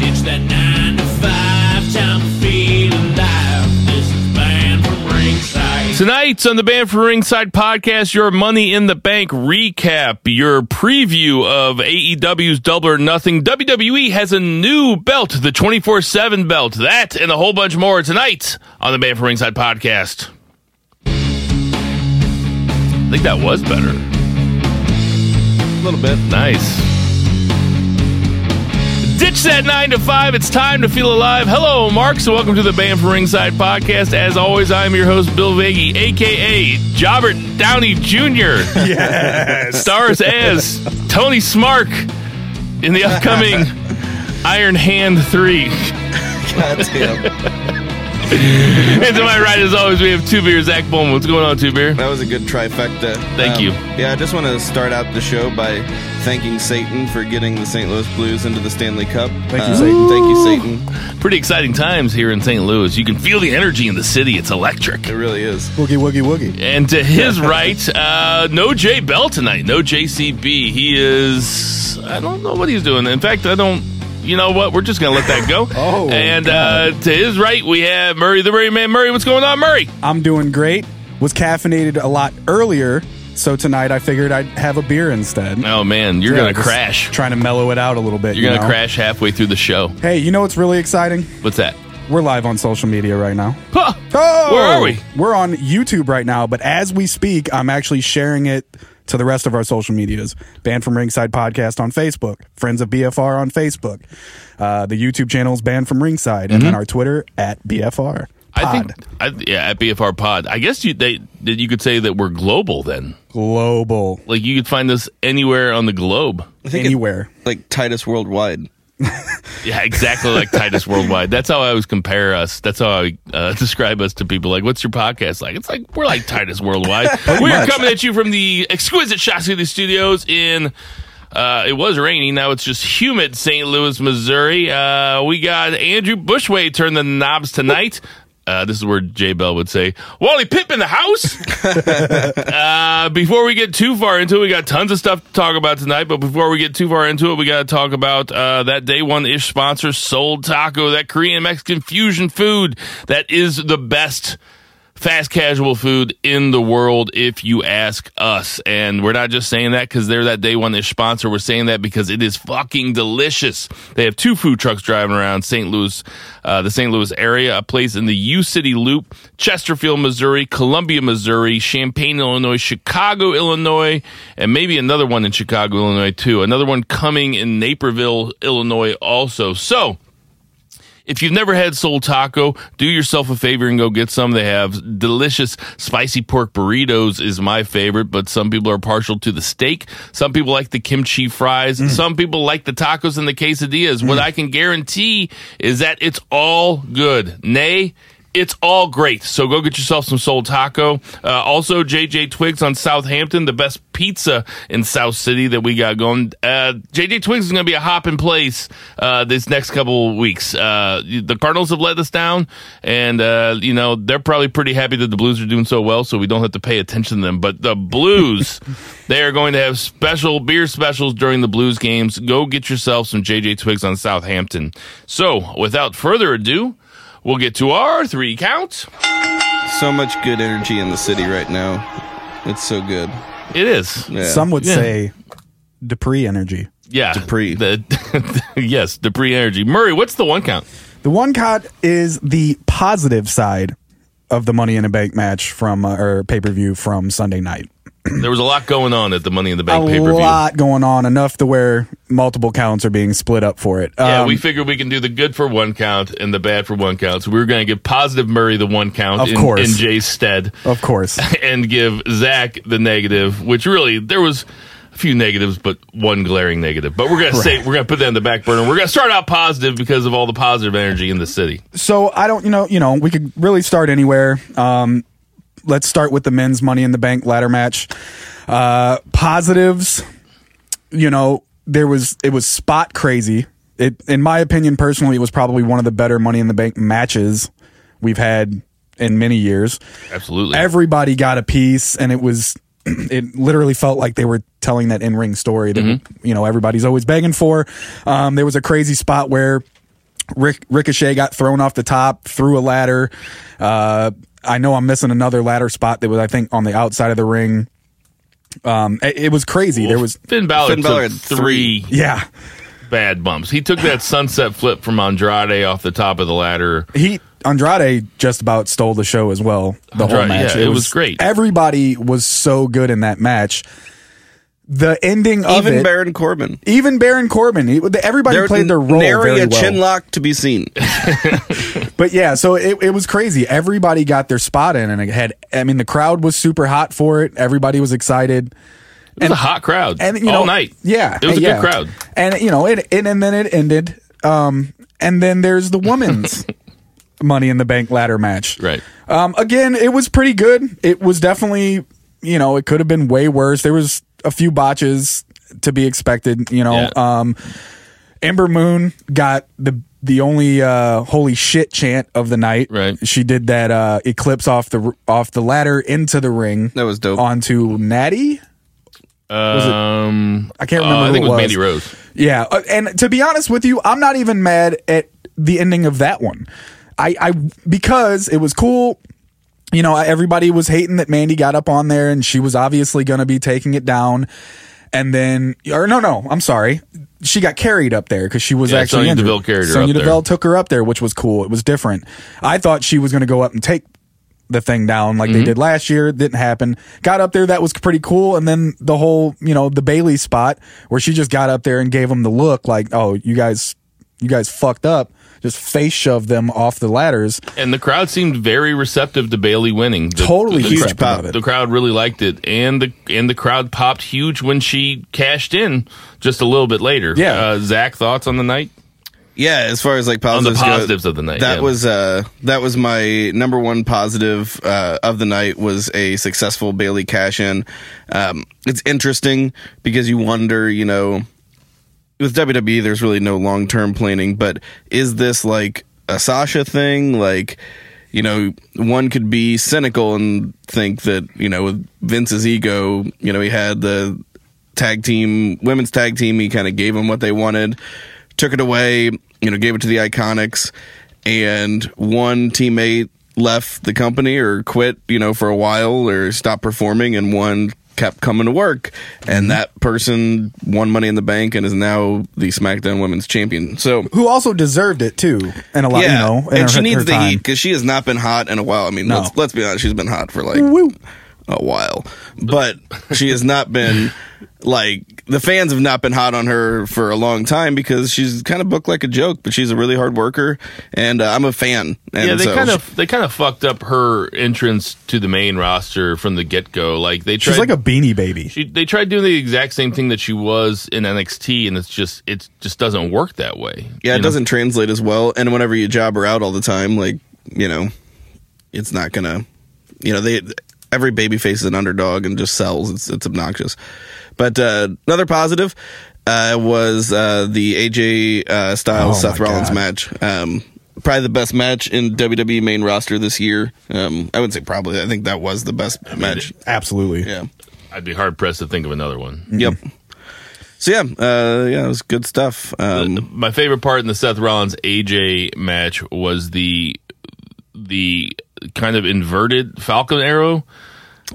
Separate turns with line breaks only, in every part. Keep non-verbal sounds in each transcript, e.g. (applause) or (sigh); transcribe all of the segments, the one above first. that nine to five, time to feel alive. This is Band from Ringside.
Tonight's on the Band for Ringside podcast, your Money in the Bank recap, your preview of AEW's Double or Nothing. WWE has a new belt, the 24 7 belt. That and a whole bunch more tonight on the Band for Ringside podcast. I think that was better. A little bit. Nice. Ditch that nine to five. It's time to feel alive. Hello, Mark. So, welcome to the Band for Ringside podcast. As always, I'm your host, Bill Vagey, aka Jobbert Downey Jr. Yes. Stars as Tony Smark in the upcoming Iron Hand 3.
Goddamn.
And to my right, as always, we have Two Beer, Zach Bowman. What's going on, Two Beer?
That was a good trifecta. Um,
Thank you.
Yeah, I just want to start out the show by thanking Satan for getting the St. Louis Blues into the Stanley Cup. Thank you, Satan. Thank you, Satan.
Pretty exciting times here in St. Louis. You can feel the energy in the city, it's electric.
It really is.
Woogie woogie woogie.
And to his right, uh, no J Bell tonight, no JCB. He is, I don't know what he's doing. In fact, I don't, you know what? We're just going to let that go.
(laughs) Oh,
and uh, to his right, we have Murray, the Murray Man. Murray, what's going on, Murray?
I'm doing great. Was caffeinated a lot earlier, so tonight I figured I'd have a beer instead.
Oh, man, you're
Yeah,
going to
just
crash.
Trying to mellow it out a little bit.
You're
you
going to
know?
crash halfway through the show.
Hey, you know what's really exciting?
What's that?
We're live on social media right now.
Huh.
Oh,
Where are we?
We're on YouTube right now, but as we speak, I'm actually sharing it to the rest of our social medias. Banned from Ringside Podcast on Facebook, Friends of BFR on Facebook, uh, the YouTube channel is Banned from Ringside, and then our Twitter at BFR.
Mm-hmm. I think,
Pod.
I, yeah, at BFR Pod. I guess you they that you could say that we're global then.
global
Like you could find this anywhere on the globe.
I think it-
anywhere.
like Titus Worldwide.
Yeah, exactly like Titus Worldwide. That's how I always compare us. That's how I uh, (laughs) describe us to people. Like, what's your podcast like? It's like we're like Titus Worldwide. we are coming at you from the exquisite Shasta Studios in. Uh, it was rainy. Now it's just humid, St. Louis, Missouri. Uh, we got Andrew Bushway turn the knobs tonight. Uh, this is where Jay Bell would say, Wally Pip in the house. Uh, before we get too far into it, we got tons of stuff to talk about tonight. But before we get too far into it, we got to talk about uh, that day one ish sponsor, Sold Taco, that Korean Mexican fusion food that is the best fast casual food in the world, if you ask us. And we're not just saying that because they're that day one ish sponsor. We're saying that because it is fucking delicious. They have two food trucks driving around St. Louis, uh, the St. Louis area, a place in the U City Loop, Chesterfield, Missouri, Columbia, Missouri, Champaign, Illinois, Chicago, Illinois, and maybe another one in Chicago, Illinois, too. Another one coming in Naperville, Illinois, also. So, if you've never had Soul Taco, do yourself a favor and go get some. They have delicious spicy pork burritos is my favorite, but some people are partial to the steak. Some people like the kimchi fries. Some people like the tacos and the quesadillas. What I can guarantee is that it's all good. Nay, it's all great. So go get yourself some Soul Taco. Uh, also, JJ Twigs on Southampton, the best pizza in South City that we got going. Uh, JJ Twigs is going to be a hop in place uh, this next couple of weeks. Uh, the Cardinals have let us down, and uh, you know they're probably pretty happy that the Blues are doing so well, so we don't have to pay attention to them. But the Blues, they are going to have special beer specials during the Blues games. Go get yourself some JJ Twigs on Southampton. So without further ado. We'll get to our three count.
So much good energy in the city right now. It's so good.
It is.
Yeah.
Some would
Yeah.
say Dupree energy.
Yeah.
Dupree.
The, (laughs) yes, Dupree Energy. Murray, what's the one count?
The one cot is the positive side of the Money in a Bank match from uh, or pay per view from Sunday night.
There was a lot going on at the Money in the
A
Bank pay per view. Yeah,
lot going on, enough to where multiple counts are being split up for it. Um,
we figured we can do the good for one count and the bad for one count. So we were going to give positive Murray the one count
Of
in,
course.
in Jay's stead (laughs)
of course.
and give Zach the negative, which really there was a few negatives, but one glaring negative. But we're going to say we're going to put that in the back burner. We're going to start out positive because of all the positive energy in the city.
so I don't, you know, you know, we could really start anywhere. Um, let's start with the men's Money in the Bank ladder match. Uh, positives, you know, there was it was spot crazy. It, in my opinion, personally, it was probably one of the better Money in the Bank matches we've had in many years.
Absolutely.
Everybody got a piece, and it was (clears throat) it literally felt like they were telling that in
Mm-hmm.
ring story that you know everybody's always begging for. Um, there was a crazy spot where Rick, Ricochet got thrown off the top, through a ladder. Uh, I know I'm missing another ladder spot that was, I think, on the outside of the ring. Um, it, it was crazy. There was,
Finn Balor,
Finn Balor
took
had
three
yeah,
bad bumps. He took that sunset flip from Andrade off the top of the ladder.
he Andrade just about stole the show as well. The whole
Andrade,
match,
yeah, it was great.
Everybody was so good in that match. The ending of
Even
it,
Baron Corbin.
even Baron Corbin, he- everybody
There
played their role
nary
very
a
well.
chin lock to be seen.
But yeah, so it, it was crazy. Everybody got their spot in, and it had. I mean, the crowd was super hot for it. Everybody was excited,
It was a hot crowd
and you
all
know,
night.
Yeah,
it was a
yeah.
good crowd.
and you know, it, and and then it ended. Um, and then there's the women's
(laughs)
Money in the Bank ladder match.
Right.
Um, again, it was pretty good. It was definitely, you know, it could have been way worse. There was a few botches to be expected. You know,
Yeah.
um, Ember Moon got the the only uh, holy shit chant of the night.
Right.
She did that uh, eclipse off the r- off the ladder into the ring.
That was dope.
Onto Natty.
Um,
I can't
uh,
remember
I
who
think
it
it was
was.
Mandy Rose.
Yeah, uh, and to be honest with you, I'm not even mad at the ending of that one. I, I because it was cool. You know, everybody was hating that Mandy got up on there, and she was obviously going to be taking it down. And then, or no, no, I'm sorry, she got carried up there because she was
Yeah,
actually
Sonya
injured.
Deville carried her
Sonya
up there.
Deville took her up there, which was cool. It was different. I thought she was going to go up and take the thing down
Mm-hmm.
like they did last year. It didn't happen. Got up there. That was pretty cool. And then the whole, you know, the Bailey spot where she just got up there and gave them the look like, oh, you guys, you guys fucked up. Just face shoved them off the ladders.
And the crowd seemed very receptive to Bailey winning. The-
Totally
the,
huge
crowd-
pop.
The crowd really liked it, and the and the crowd popped huge when she cashed in just a little bit later.
Yeah.
uh, Zach, thoughts on the night?
Yeah, as far as like
the
positives, go,
positives of the night,
That
yeah.
was uh that was my number one positive uh, of the night was a successful Bailey cash in. Um, it's interesting because you wonder, you know, with WWE, there's really no long term planning, but is this like a Sasha thing? Like, you know, one could be cynical and think that, you know, with Vince's ego, you know, he had the tag team, women's tag team, he kind of gave them what they wanted, took it away, you know, gave it to the Iconics, and one teammate left the company or quit, you know, for a while or stopped performing, and one kept coming to work. And that person won Money in the Bank and is now the SmackDown Women's Champion. So.
Who also deserved it too. And a lot,
Yeah,
you know, in
and
her-
she needs
her
the
time.
heat because she has not been hot in a while. I mean,
No.
let's, let's be honest, she's been hot for like
Woo.
a while, but she has not been like the fans have not been hot on her for a long time because she's kind of booked like a joke, but she's a really hard worker, and uh, I'm a fan. And
yeah, they
so-
kind of they kind of fucked up her entrance to the main roster from the get go. Like they tried,
She's like a beanie baby.
she, they tried doing the exact same thing that she was in NXT, and it's just it just doesn't work that way.
yeah, it
You know?
doesn't translate as well, and whenever you job her out all the time, like you know, it's not gonna, you know, they every baby face is an underdog and just sells. It's it's obnoxious, but uh, another positive. Uh, was uh, the AJ uh, Styles
Oh,
Seth
my
Rollins
God.
match. Um, probably the best match in WWE main roster this year. Um, I wouldn't say probably. I think that was the best match.
Absolutely.
Yeah.
I'd be hard pressed to think of another one.
Yep. So yeah, uh, yeah, it was good stuff. Um,
my favorite part in the Seth Rollins AJ match was the the kind of inverted Falcon arrow.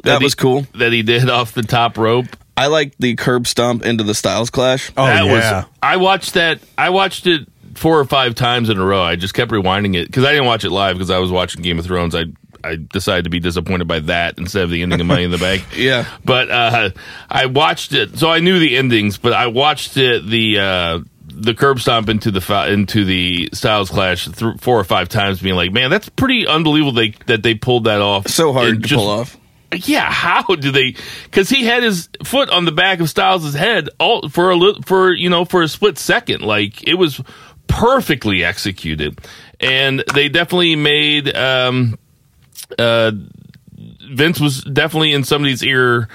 that
he-
was cool.
that he did (laughs) off the top rope.
I like the curb stomp into the Styles Clash.
Oh
that
yeah.
was I watched that I watched it four or five times in a row. I just kept rewinding it cuz I didn't watch it live cuz I was watching Game of Thrones. I I decided to be disappointed by that instead of the ending of Money in the Bank.
(laughs) Yeah.
But uh I watched it so I knew the endings, but I watched it the uh the curb stomp into the fa- into the Styles Clash th- four or five times, being like, "Man, that's pretty unbelievable." They that they pulled that off
So hard
in
to
just
pull off.
yeah, how do they? Because he had his foot on the back of Styles' head all for a li- for you know for a split second. Like it was perfectly executed, and they definitely made um, uh, Vince was definitely in somebody's ear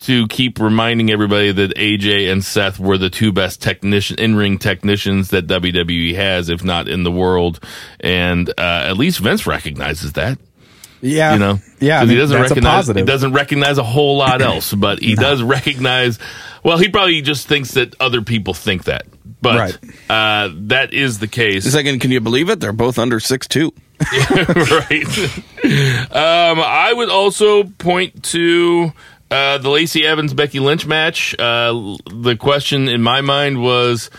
to keep reminding everybody that AJ and Seth were the two best technician in-ring technicians that WWE has, if not in the world. And uh, at least Vince recognizes that
Yeah.
you know because
Yeah. I
he doesn't
mean, that's a
recognize he
positive. (laughs)
doesn't recognize a whole lot else but he does recognize Well, he probably just thinks that other people think that, but uh, that is the case.
Second, can you believe it? They're both under six two.
(laughs) right. um, I would also point to uh, the Lacey Evans Becky Lynch match. Uh, l- the question in my mind was.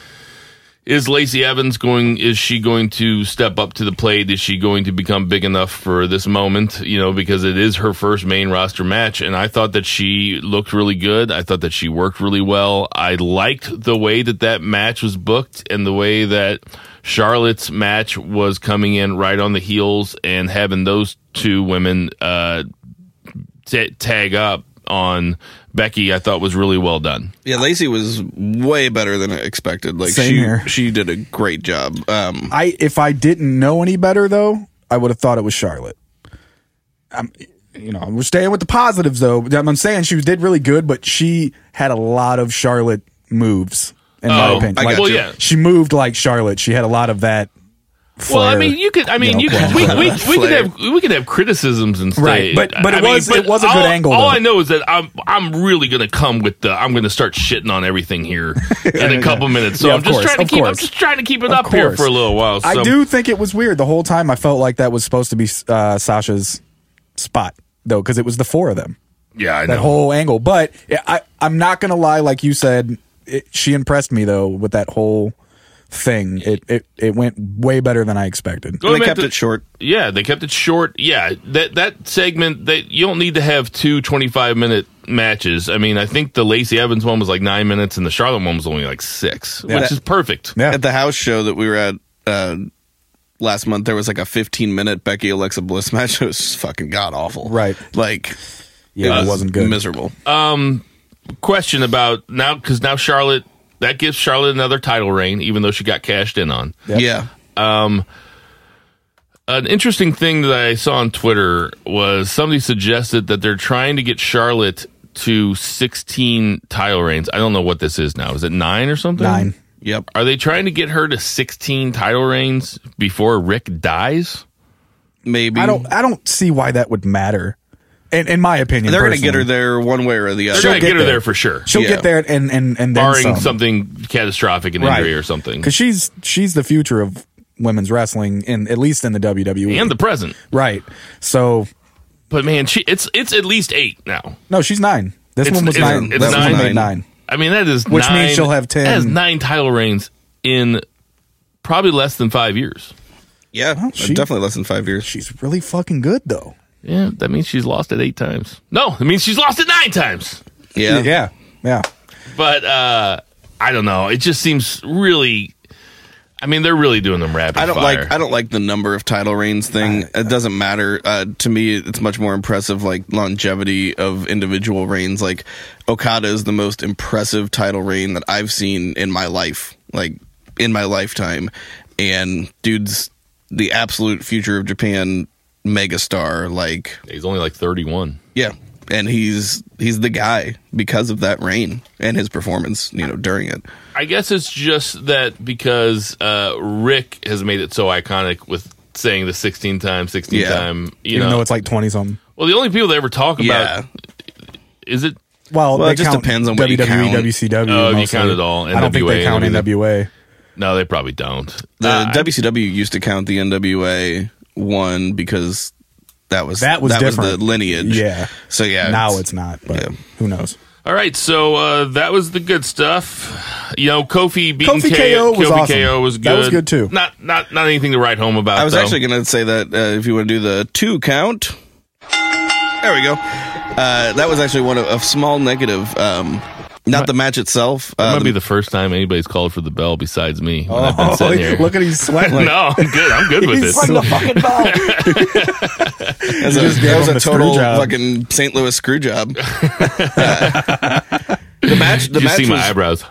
Is Lacey Evans going? Is she going to step up to the plate? Is she going to become big enough for this moment? You know, because it is her first main roster match, and I thought that she looked really good. I thought that she worked really well. I liked the way that that match was booked and the way that Charlotte's match was coming in right on the heels and having those two women uh, ta tag up on Becky. I thought was really well done.
Yeah, Lacey was way better than I expected. Like
Same
she
here.
she did a great job. Um,
I if I didn't know any better though, I would have thought it was Charlotte. I'm, you know, we're staying with the positives though. I'm I'm saying she did really good, but she had a lot of Charlotte moves. In my
Oh,
opinion,
I
like,
got Well, you. yeah.
she moved like Charlotte. She had a lot of that.
Well, I
flair.
mean, you could. I mean,
know,
you (laughs) could, we,
flair.
we, we could
Flair.
have we could have criticisms and stuff.
Right, but- but it
I mean,
was- it was a good
all,
angle,
All
though.
I know is that I'm I'm really gonna come with the I'm gonna start shitting on everything here
(laughs)
in a couple minutes. So
Yeah,
I'm
of
just
course,
trying to
of
keep I'm
course.
just trying to keep it
Of
up here
course.
for a little while. So.
I do think it was weird. The whole time, I felt like that was supposed to be uh, Sasha's spot though, because it was the four of them.
Yeah, I know.
that whole angle. But yeah, I, I'm not gonna lie, like you said, it, she impressed me though with that whole thing. It it it went way better than I expected.
Going
they
back
kept
to-
it short.
Yeah, they kept it short. Yeah, that that segment that you don't need to have two 25 minute matches. I mean, I think the Lacey Evans one was like 9 minutes and the Charlotte one was only like 6, which
That-
is perfect.
Yeah.
At the house show that we were at uh, last month, there was like a 15 minute Becky Alexa Bliss (laughs) match. It was fucking god awful.
Right.
Like
Yeah, it wasn't good.
Miserable.
Question about now cuz now Charlotte that gives Charlotte another title reign even though she got cashed in on.
Yep.
Yeah.
an interesting thing that I saw on Twitter was somebody suggested that they're trying to get Charlotte to 16 title reigns. I don't know what this is now. Is it nine or something?
Nine.
Yep.
Are they trying to get her to 16 title reigns before Rick dies?
Maybe
I don't I don't see why that would matter. In in my opinion,
They're going to get her
personally.
there one way or the
They're
other.
going to get,
get
her there.
there.
for sure.
She'll
Yeah.
get there and and and then
barring
some.
something catastrophic, an
Right.
injury or something.
because she's she's the future of women's wrestling in at least in the WWE.
And the present.
right. So
But man, she it's it's at least 8 now.
no, she's nine. This
It's-
one was
it's-
nine.
it's
this one
nine.
made nine.
I mean, that is
Which means
nine-
she'll have 10.
That is 9 title reigns in probably less than 5 years.
Yeah,
she-
definitely less than five years.
She's really fucking good though.
Yeah, that means she's lost it eight times. No, it means she's lost it nine times.
yeah,
yeah, yeah.
But uh I don't know. It just seems really. I mean, they're really doing them rapid
I don't
fire.
like I don't like the number of title reigns thing. it doesn't matter uh, to me. It's much more impressive, like longevity of individual reigns. Like Okada is the most impressive title reign that I've seen in my life, like in my lifetime. And dude's the absolute future of Japan megastar. Like
He's only like thirty-one.
yeah, and he's he's the guy because of that reign and his performance. You know during it.
I guess it's just that because uh Rick has made it so iconic with saying the sixteen time, sixteen
Yeah.
time. You
even
know,
though it's like 20 something.
well, the only people they ever talk about
Yeah.
is it.
Well,
Well,
they
it just
count E,
depends on what
WWE,
you count.
WCW.
Oh, if you
mostly.
count it all,
I don't think they
NWA,
count
maybe they-
NWA.
No, they probably don't.
The
Uh,
WCW used to count the NWA one because that was
That was
the
different.
lineage.
Yeah.
So yeah.
now it's not, but
yeah.
who knows?
All right, so uh, that was the good stuff. You know, Kofi beating
Kofi
KO,
KO was
Kofi
awesome.
KO was good.
That was good, too.
Not not not anything to write home about.
I was
though.
actually going to say that uh, if you want to do the two count, there we go. Uh, that was actually one of a small negative. Um, not the match itself.
That
Uh,
might be the first time anybody's called for the bell besides me. when I've been sitting here.
Oh, look at he's
(laughs)
sweating.
no, I'm good. I'm good with
He's
this.
sweating the fucking ball.
That was
(laughs) just
a,
gave
that was
him
a
the screw
total
job.
fucking St. Louis screw job.
(laughs)
Uh, the match. The
(laughs) Did you
match
see my
was-
eyebrows?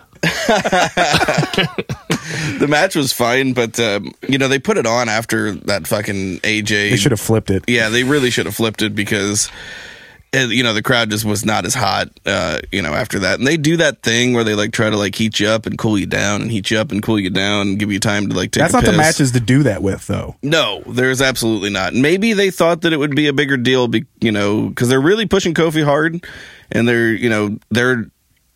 the match was fine, but um, you know they put it on after that fucking AJ.
They should have flipped it.
yeah, they really should have flipped it because uh, you know the crowd just was not as hot uh you know after that and they do that thing where they like try to like heat you up and cool you down and heat you up and cool you down and give you time to like take
That's
a
not the
piss.
matches to do that with, though.
no there's absolutely not maybe they thought that it would be a bigger deal be, you know because they're really pushing kofi hard and they're you know they're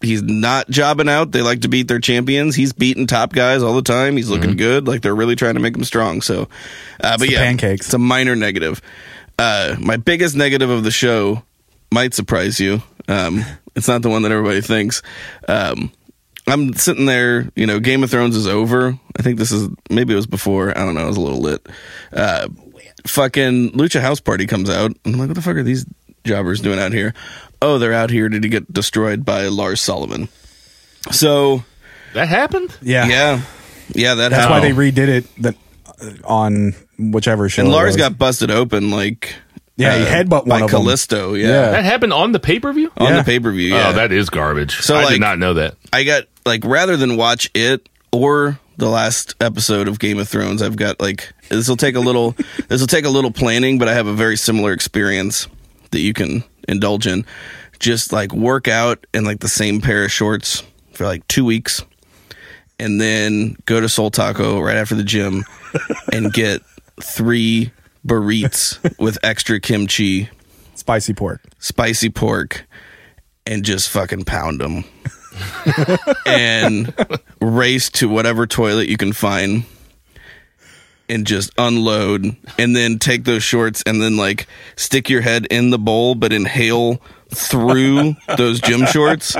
he's not jobbing out. They like to beat their champions. He's beating top guys all the time. He's looking good. Like they're really trying to make him strong. So, uh, but
the
yeah,
pancakes.
It's a minor negative. Uh, my biggest negative of the show might surprise you. Um, (laughs) it's not the one that everybody thinks. Um, I'm sitting there, you know, Game of Thrones is over. I think this is maybe it was before. I don't know. I was a little lit. Uh, fucking Lucha House Party comes out. I'm like, what the fuck are these jobbers doing out here? Oh, they're out here to get destroyed by Lars Sullivan. So
That happened?
Yeah.
yeah, yeah, that
That's why
happened.
they redid it that, on whichever show.
and
it
Lars
was.
got busted open like uh,
Yeah, he headbutt
by
one of 'em.
Callisto. Yeah,
Yeah.
That happened on the pay per view?
on
Yeah.
the pay per view. Yeah,
Oh, that is garbage.
So,
I
like-
did not know
(laughs)
that.
I got like rather than watch it or the last episode of Game of Thrones, I've got like this will take a little this will take a little planning, but I have a very similar experience that you can indulge in. Just like work out in like the same pair of shorts for like two weeks, and then go to Soul Taco right after the gym and get three burritos with extra kimchi,
spicy pork.
spicy pork and just fucking pound them (laughs) and race to whatever toilet you can find and just unload and then take those shorts and then like stick your head in the bowl but inhale through those gym shorts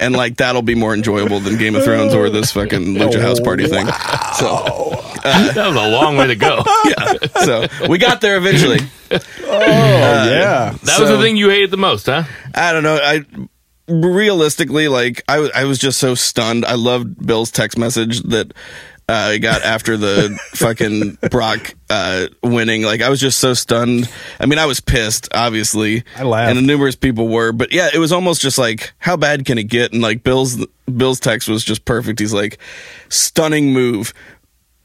and like that'll be more enjoyable than game of thrones or this fucking lucha house party thing so
that was a long way to
(laughs)
go.
yeah so we got there eventually Uh,
Oh,
(laughs)
yeah.
That was the
So-
thing you hated the most, huh?
I don't know. I realistically, like, I w- I was just so stunned. I loved Bill's text message that uh, I got after
(laughs)
the fucking Brock uh, winning. Like, I was just so stunned. I mean, I was pissed, obviously.
I laughed.
and numerous people were, but yeah, it was almost just like, how bad can it get? And like Bill's Bill's text was just perfect. He's like, stunning move.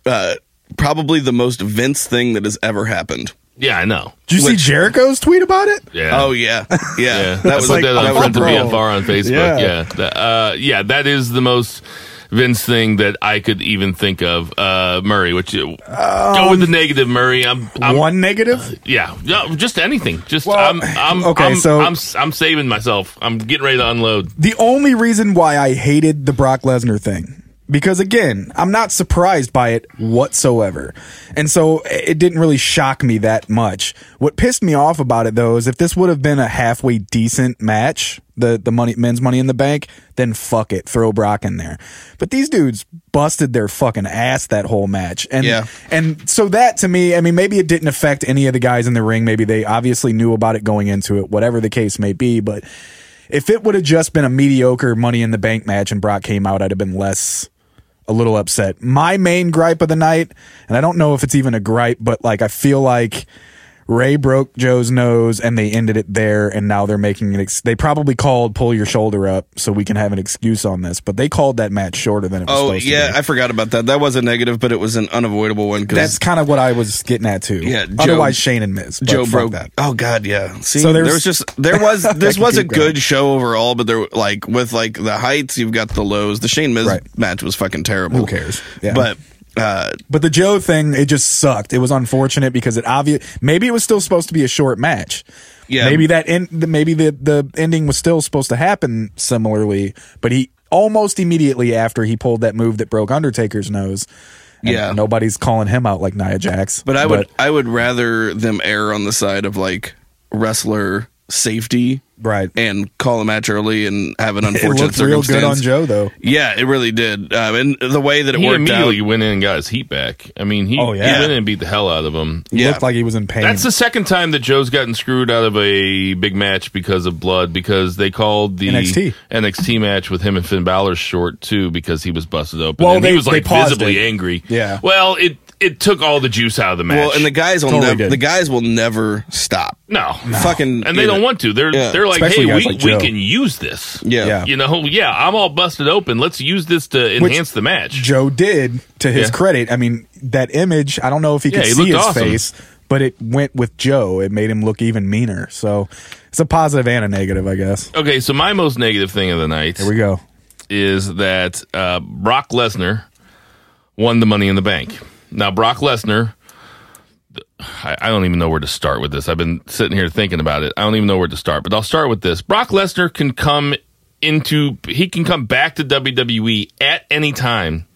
Uh, probably the most Vince thing that has ever happened.
Yeah, I know.
Did you see Jericho's tweet about it?
Yeah. (laughs)
Oh yeah, yeah.
Yeah,
That was
I put that
that
on
was
Friends of
bro.
BFR on Facebook.
Yeah.
Yeah, yeah. That, uh, yeah, that is the most Vince thing that I could even think of. Uh, Murray, which you go with the negative, Murray. I'm, I'm
One negative.
yeah, no, just anything. Just
Well,
I'm, I'm
okay,
I'm,
so-
I'm, I'm, saving myself. I'm getting ready to unload.
The only reason why I hated the Brock Lesnar thing, because again, I'm not surprised by it whatsoever. And so it didn't really shock me that much. What pissed me off about it though is if this would have been a halfway decent match, the, the money men's money in the bank, then fuck it. Throw Brock in there. But these dudes busted their fucking ass that whole match. And
Yeah.
and so that to me, I mean, maybe it didn't affect any of the guys in the ring. Maybe they obviously knew about it going into it, whatever the case may be. But if it would have just been a mediocre Money in the Bank match and Brock came out, I'd have been less, a little upset. My main gripe of the night, and I don't know if it's even a gripe, but like I feel like Ray broke Joe's nose and they ended it there, and now they're making an. Ex- they probably called "pull your shoulder up" so we can have an excuse on this, but they called that match shorter than it was.
Oh
supposed
yeah,
to be.
I forgot about that. That was a negative, but it was an unavoidable one
That's
because
kind of what I was getting at too.
Yeah, Joe-
Otherwise, Shane and Miz. but
Joe
fuck
broke
that.
Oh god, yeah. See,
So
there
there's-
was just there
(laughs)
was this
can
was a
keep going.
good show overall, but there like with like the heights, you've got the lows. The Shane Miz
Right.
match was fucking terrible.
Who cares? Yeah.
But uh,
But the Joe thing, it just sucked. It was unfortunate because it obvious. Maybe it was still supposed to be a short match.
Yeah.
Maybe that end. Maybe the the ending was still supposed to happen similarly. But he almost immediately after he pulled that move that broke Undertaker's nose. and
Yeah.
Nobody's calling him out like Nia Jax.
but I would I would rather them err on the side of like wrestler safety
right.
and call a match early and have an
(laughs) It
unfortunate
looked real
circumstance.
good on Joe though.
Yeah, it really did. Um, and the way that it
He
worked out,
immediately went in and got his heat back. I mean, he,
Oh, yeah.
he went in and beat the hell out of him.
He
Yeah.
looked like he was in pain.
That's the second time that Joe's gotten screwed out of a big match because of blood because they called the
NXT.
NXT match with him and Finn Balor short too because he was busted open.
Well,
and
they-
he was like
they paused
visibly
it.
angry.
Yeah.
Well, it it took all the juice out of the match.
well, and the guys will
Totally
nev-
did.
the guys will never stop. (laughs)
no.
Fucking
And they don't want to. They're
Yeah.
they're like,
Especially
hey,
guys
we,
like
we
Joe.
can use this.
Yeah.
Yeah.
You know, yeah, I'm all busted open. Let's use this to
Which-
enhance the match.
Joe did, to his
Yeah.
credit. I mean, that image, I don't know if he
Yeah,
could
he
see
looked
his
awesome.
face, but it went with Joe. It made him look even meaner. So it's a positive and a negative, I guess.
okay, so my most negative thing of the night
Here we go.
is that uh, Brock Lesnar won the Money in the Bank. Now, Brock Lesnar, I, I don't even know where to start with this. I've been sitting here thinking about it. I don't even know where to start, but I'll start with this. Brock Lesnar can come into he can come back to WWE at any time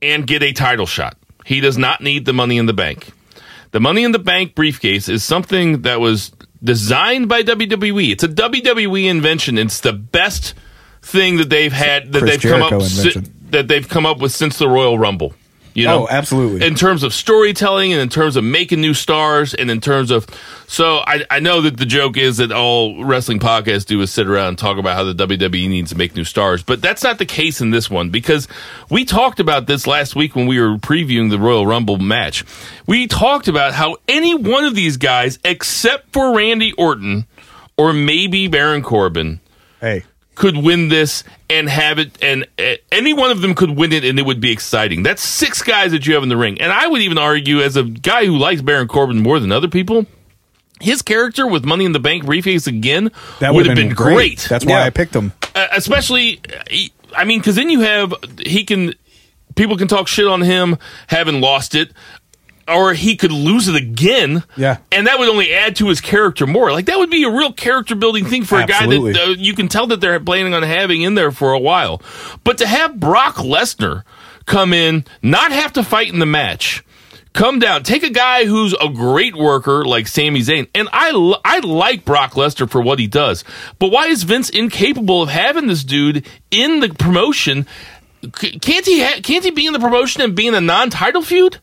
and get a title shot. He does not need the money in the bank. The money in the bank briefcase is something that was designed by WWE. It's a WWE invention. It's the best thing that they've had that
Chris
they've come
Jericho
up si-
invention.
that they've come up with since the Royal Rumble. You know?
Oh, absolutely.
in terms of storytelling and in terms of making new stars and in terms of so I, I know that the joke is that all wrestling podcasts do is sit around and talk about how the WWE needs to make new stars, but that's not the case in this one because we talked about this last week when we were previewing the Royal Rumble match. We talked about how any one of these guys, except for Randy Orton or maybe Baron Corbin,
Hey,
could win this and have it, and uh, any one of them could win it, and it would be exciting. That's six guys that you have in the ring. And I would even argue, as a guy who likes Baron Corbin more than other people, his character with Money in the Bank briefcase again
that
would have been, great.
That's why
Yeah.
I picked him.
Uh, especially, uh, he- I mean, because then you have, he can, people can talk shit on him having lost it. Or he could lose it again,
Yeah.
and that would only add to his character more. Like that would be a real character building thing for a guy
Absolutely.
that uh, you can tell that they're planning on having in there for a while. But to have Brock Lesnar come in, not have to fight in the match, come down, take a guy who's a great worker like Sami Zayn, and I l- I like Brock Lesnar for what he does. But why is Vince incapable of having this dude in the promotion? C- can't he ha- can't he be in the promotion and be in a non-title feud?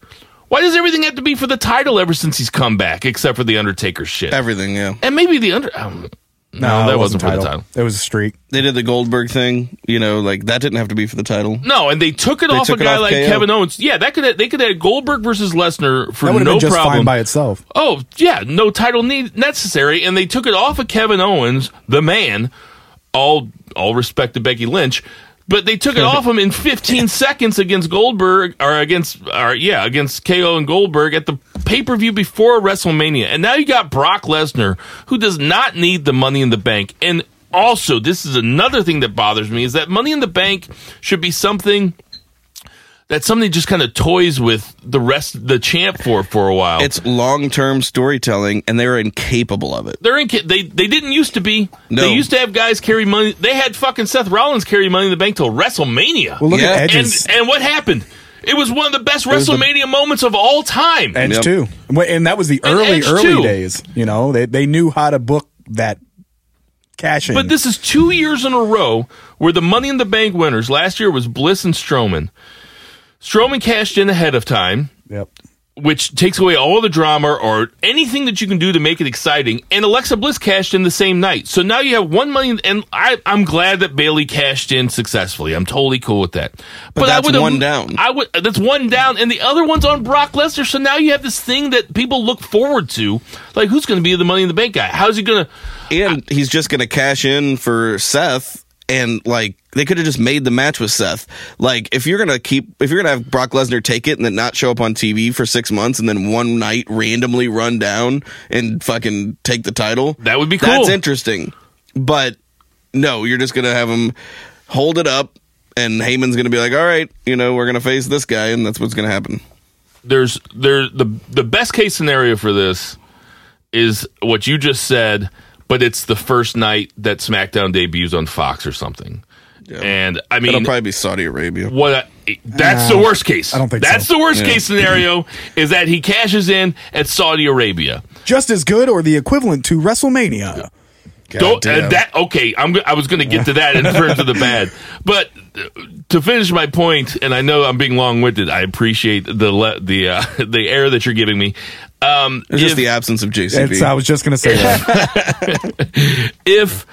Why does everything have to be for the title ever since he's come back, except for the Undertaker shit?
Everything, yeah.
and maybe the under. Um, no, that
it
wasn't, for the title.
That was a streak.
They did the Goldberg thing, you know, like that didn't have to be for the title.
No, and they took it off
took
a
it
guy
off
like
KO.
Kevin Owens. Yeah, that could have, they could have had Goldberg versus Lesnar for
That would have
no
been just
problem.
fine by itself.
oh yeah, no title need necessary, and they took it off of Kevin Owens, the man. All all respect to Becky Lynch, but they took it off him in 15 seconds against Goldberg or against or yeah against KO and Goldberg at the pay per view before WrestleMania, and now you got Brock Lesnar who does not need the Money in the Bank, and also this is another thing that bothers me is that Money in the Bank should be something. That something just kind of toys with the rest, the champ for for a while.
It's long term storytelling, and they were incapable of it.
They're in. They they didn't used to be.
No.
They used to have guys carry money. They had fucking Seth Rollins carry money in the bank till WrestleMania.
Well, look
Yeah.
at
and
Edge's
and what happened? It was one of the best
was the-
WrestleMania moments of all time.
Edge
Yep.
too, Wait, and that was the
And
early
Edge,
early
too.
days. You know, they they knew how to book that cash in.
But this is two years in a row where the Money in the Bank winners last year was Bliss and Strowman. Strowman cashed in ahead of time.
yep.
which takes away all the drama or anything that you can do to make it exciting. And Alexa Bliss cashed in the same night, so now you have one million. And I, I'm glad that Bailey cashed in successfully. I'm totally cool with that. But,
that's
would've-
one down.
I would. uh, That's one down, and the other one's on Brock Lesnar. So now you have this thing that people look forward to, like who's going to be the Money in the Bank guy? How's he going to?
And he's just going to cash in for Seth. And like they could have just made the match with Seth. Like if you're gonna keep, if you're gonna have Brock Lesnar take it and then not show up on TV for six months, and then one night randomly run down and fucking take the title,
That would be
That's
cool.
interesting. But no, you're just gonna have him hold it up, and Heyman's gonna be like, "All right, you know, we're gonna face this guy, and that's what's gonna happen."
there's there the the best case scenario for this is what you just said, but it's the first night that SmackDown debuts on Fox or something. And I
It'll
mean,
probably be Saudi Arabia.
what I, that's the worst case.
I don't think
that's
so.
the worst case scenario is that he cashes in at Saudi Arabia.
Just as good or the equivalent to WrestleMania.
Don't uh,
Goddamn.
that okay? I'm go- I was going to get to that in terms of the
(laughs)
bad, but uh, to finish my point, and I know I'm being long winded. I appreciate the le- the uh, (laughs) the air that you're giving me. Um,
It's
if-
just the absence of JCB.
It's, I was just gonna
(laughs)
say that.
if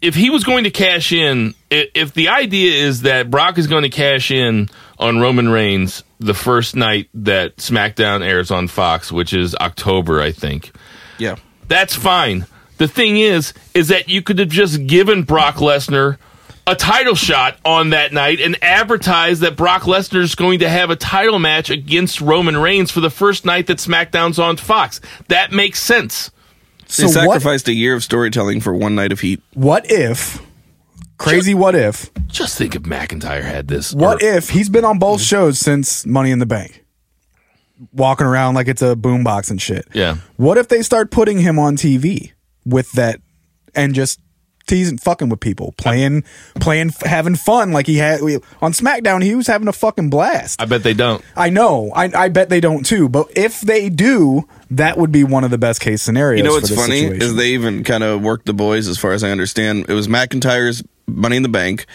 if he was going to cash in, i- if the idea is that Brock is going to cash in on Roman Reigns the first night that SmackDown airs on Fox, which is October, I think,
yeah.
that's fine. The thing is, is that you could have just given Brock Lesnar a title shot on that night and advertised that Brock Lesnar is going to have a title match against Roman Reigns for the first night that SmackDown's on Fox. That makes sense.
They
So what,
sacrificed a year of storytelling for one night of heat.
what if? Crazy. What if?
Just think if McIntyre had this.
What
Or-
if he's been on
Mm-hmm.
both shows since Money in the Bank? Walking around like it's a boombox and shit.
Yeah.
What if they start putting him on TV with that and just teasing, fucking with people, playing, playing, having fun like he had we- on SmackDown. He was having a fucking blast.
I bet they don't.
I know. I, I bet they don't too. But if they do, that would be one of the best case scenarios.
You know
for
what's
this
funny
situation.
is they even kind of worked the boys, as far as I understand. It was McIntyre's Money in the Bank,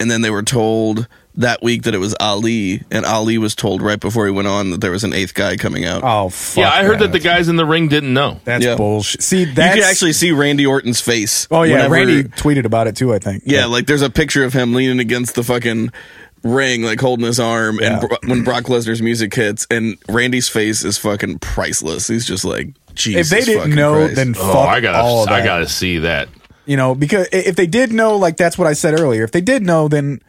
and then they were told that week that it was Ali, and Ali was told right before he went on that there was an eighth guy coming out.
oh fuck.
Yeah, I heard that the guys in the ring didn't know.
That's
Yeah.
bullshit. See,
you
that's
could actually see Randy Orton's face.
Oh yeah,
whenever-
Randy tweeted about it too. I think.
Yeah, like there's a picture of him leaning against the fucking ring, like holding his arm,
Yeah.
and Bro- when Brock Lesnar's music hits, and Randy's face is fucking priceless. He's just like,
If
Jesus.
they didn't
fucking
know,
Christ.
then fuck
Oh, I gotta,
all of
I
that.
gotta see that.
You know, because i- if they did know, like that's what I said earlier. If they did know, then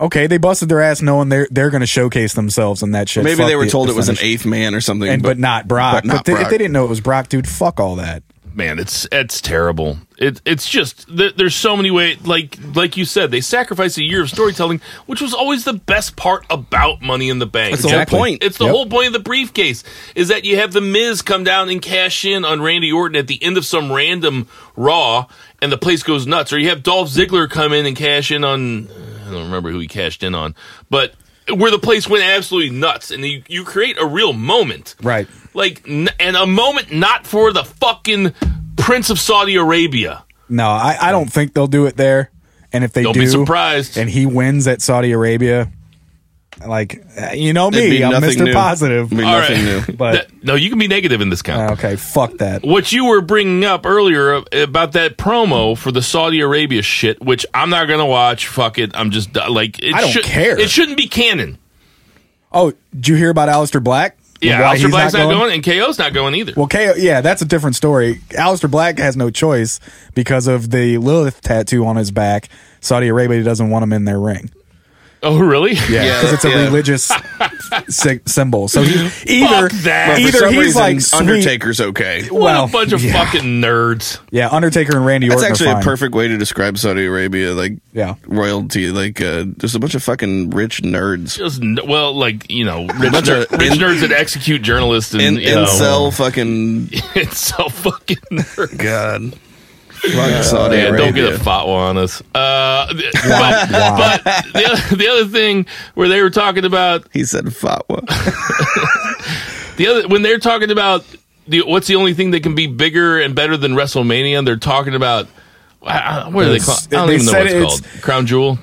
okay, they busted their ass knowing they're they're going to showcase themselves and that shit.
maybe
Fuck
they were
the-
told
the
it was an
finish.
eighth man or something,
and but, not Brock.
but
But,
not
they-
Brock.
if they didn't know it was Brock, dude, fuck all that.
Man, it's it's terrible. It, it's just there, there's so many ways. Like like you said, they sacrificed a year of storytelling, which was always the best part about Money in the Bank.
That's the whole Exactly. point.
It's the
Yep.
whole point of the briefcase is that you have the Miz come down and cash in on Randy Orton at the end of some random Raw, and the place goes nuts. Or you have Dolph Ziggler come in and cash in on I don't remember who he cashed in on, but where the place went absolutely nuts, and you, you create a real moment,
Right.
like, n- and a moment not for the fucking Prince of Saudi Arabia.
No, I, I don't think they'll do it there. And if they
Don't
do,
be surprised.
And he wins at Saudi Arabia, like uh, you know
It'd
me,
be
I'm
nothing
Mr.
new.
Positive.
It'd be
All
nothing
right. (laughs)
new.
But- Oh,
That- no, you can be negative in this count.
Okay, fuck that.
what you were bringing up earlier about that promo for the Saudi Arabia shit, which I'm not gonna watch. Fuck it, I'm just uh, like it
I don't
should-
care.
It shouldn't be canon.
Oh, did you hear about Alistair Black?
Yeah,
Why
Alistair
he's
Black's not, going? and KO's not going either.
Well, K- yeah, that's a different story. Alistair Black has no choice because of the Lilith tattoo on his back. Saudi Arabia doesn't want him in their ring.
oh, really? (laughs)
Yeah,
Yeah,
because it's a
yeah. (laughs)
religious sy- symbol. So he, either
that.
For
either
some
he's
reason,
like sweet-
Undertaker's okay.
What
well,
a bunch of
yeah,
fucking nerds.
yeah, Undertaker and Randy
That's
Orton. are
actually a
fine.
perfect way to describe Saudi Arabia, like
Yeah.
royalty. Like uh, there's a bunch of fucking rich nerds,
Just n- well, like you know, rich,
bunch
ner-
of
rich
in-
nerds that execute journalists and,
in
you know, (laughs)
incel fucking
it's so fucking nerd.
god. Fuck Saudi
Yeah,
Arabia.
don't get a fatwa on us. Uh, (laughs) th- but but the, other, the other thing where they were talking about
he said fatwa.
The other when they're talking about the what's the only thing that can be bigger and better than WrestleMania, they're talking about I- I- what do they call? I
It's-
don't
they
even know
said
what it's,
it's-
called. Crown Jewel.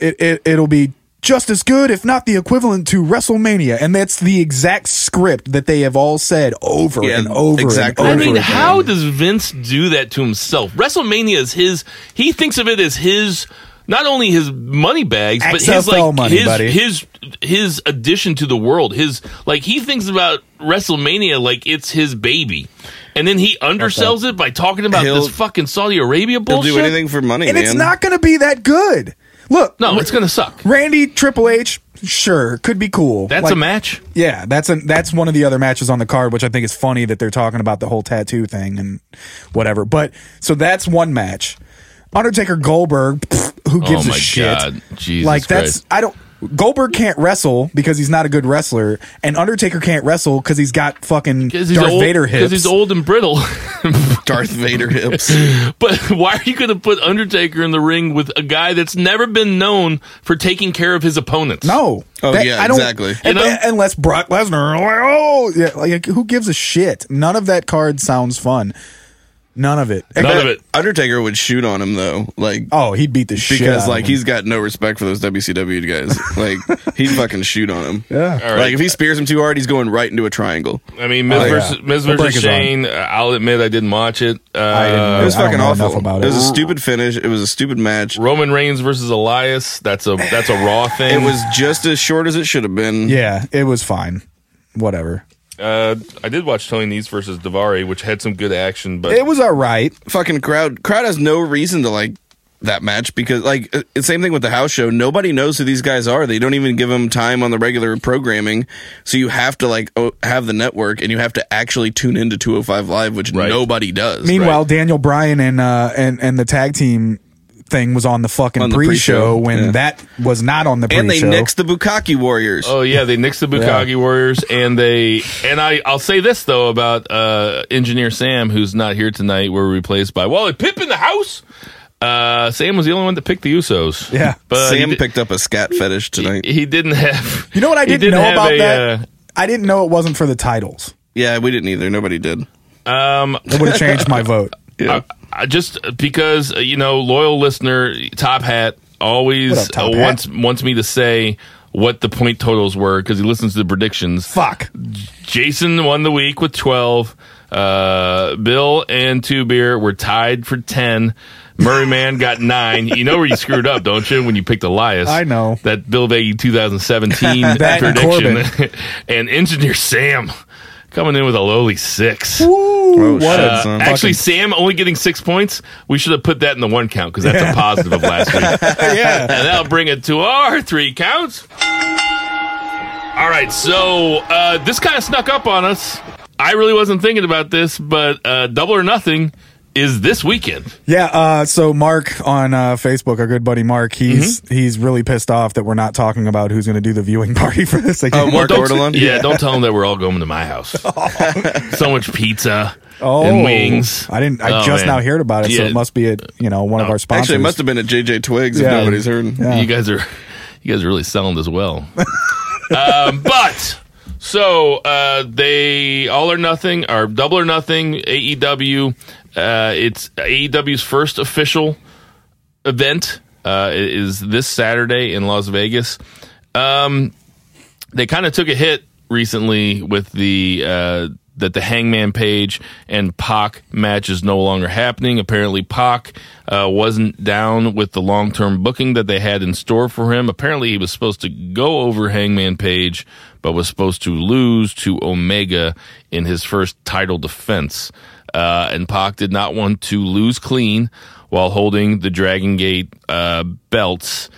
it, it it'll be just as good, if not the equivalent to WrestleMania, and that's the exact script that they have all said over
Yeah,
and over
exactly.
and
I
over.
mean,
again.
how does Vince do that to himself? WrestleMania is his. He thinks of it as his. Not only his money bags, but his
XFL
like
money,
his,
buddy.
his his addition to the world. His like he thinks about WrestleMania like it's his baby, and then he undersells it by talking about
He'll-
this fucking Saudi Arabia
He'll
bullshit.
do anything for money,
and
man.
it's not going to be that good. Look,
No, it's gonna suck.
Randy Triple H, sure, could be cool.
That's
Like,
a match.
Yeah, that's a that's one of the other matches on the card, which I think is funny that they're talking about the whole tattoo thing and whatever. But so that's one match. Undertaker Goldberg, pfft, who gives
Oh my
a shit?
God. Jesus
like that's
Christ.
I don't. Goldberg can't wrestle because he's not a good wrestler, and Undertaker can't wrestle because he's got fucking
Because
Darth
he's old,
Vader hips.
Because he's old and brittle. (laughs)
Darth Vader hips.
but why are you going to put Undertaker in the ring with a guy that's never been known for taking care of his opponents?
No.
Oh, yeah, exactly.
and-
You know?
Unless Brock Lesnar, like, oh yeah, like who gives a shit? None of that card sounds fun. None of it.
None of it.
Undertaker would shoot on him though, like
Oh, he beat the shit out
because
of
like
him.
he's got no respect for those WCW
(laughs)
guys. like he'd fucking shoot on him. Yeah.
All right.
Like if he spears him too hard, he's going right into a triangle.
I mean, Miz
Oh, yeah.
versus, Miz
We'll break
versus
his arm.
Shane. uh, I'll admit I didn't watch it. Uh,
didn't
It was
Oh, I don't
fucking
know
awful.
enough about
it was a
it.
stupid finish. It was a stupid match.
Roman Reigns versus Elias. That's a that's a
(laughs)
raw
It
thing.
was just as short as it should have been.
yeah, it was fine. Whatever.
Uh, I did watch Tony Nese versus Davari, which had some good action, but
It was all right.
Fucking crowd. Crowd has no reason to like that match because like uh, it's same thing with the house show. Nobody knows who these guys are. They don't even give them time on the regular programming. So you have to like o- have the network and you have to actually tune into 205 Live, which
Right.
nobody does.
Meanwhile, Daniel Bryan and uh and and the tag team thing was on the fucking
On the pre-show,
pre-show when
yeah.
that was not on the pre-show.
and they nixed the Bukaki Warriors.
Oh yeah, they nixed the Bukagi Warriors, and they and I I'll say this though about uh, engineer Sam, who's not here tonight. We're replaced by Wally Pip in the house. Uh, Sam was the only one that picked the Usos.
Yeah.
but
Sam
he, di-
picked up a scat fetish tonight.
he didn't have.
You know what I
he
didn't, know
have
about
a, uh,
that? I didn't know it wasn't for the titles.
yeah, we didn't either. Nobody did.
uh, um,
It would have
(laughs)
changed my vote.
I, I just because uh, you know loyal listener top hat always
What up, Top
uh,
Hat?
wants wants me to say what the point totals were because he listens to the predictions.
Fuck.
Jason won the week with 12. Uh, Bill and Two Beer were tied for 10. Murray Man
(laughs)
got nine. You know where you screwed up, don't you? When you picked Elias.
I know.
That Bill Vegas
(laughs)
2017
That and
prediction. (laughs) and Engineer Sam coming in with a lowly six.
Oh,
what
shit,
Uh,
son.
actually, Sam only getting six points. We should have put that in the one count because that's a positive of last week.
(laughs) Yeah.
And that'll bring it to our three counts. All right, so uh, this kind of snuck up on us. I really wasn't thinking about this, but uh, Double or Nothing is this weekend.
Yeah, uh, so Mark on uh, Facebook, our good buddy Mark, he's he's really pissed off that we're not talking about who's going to do the viewing (laughs) party for this. Again.
Mark
don't,
Ortolan?
Yeah, don't tell them that we're all going to my house. so much pizza
(laughs) Oh,
and wings.
I didn't. I
Oh,
just
man.
now heard about it, so
Yeah.
it must be at you know one of our sponsors.
Actually, it must have been at JJ Twigs if
Yeah.
nobody's heard.
You guys are you guys are really selling this well. (laughs) um, but so uh, they all or nothing or double or nothing AEW. Uh, it's AEW's first official event uh, is this Saturday in Las Vegas. Um, they kind of took a hit recently with the uh, that the Hangman Page and Pac match is no longer happening. Apparently, Pac uh, wasn't down with the long term booking that they had in store for him. Apparently, he was supposed to go over Hangman Page, but was supposed to lose to Omega in his first title defense. Uh, and Pac did not want to lose clean while holding the Dragon Gate uh, belts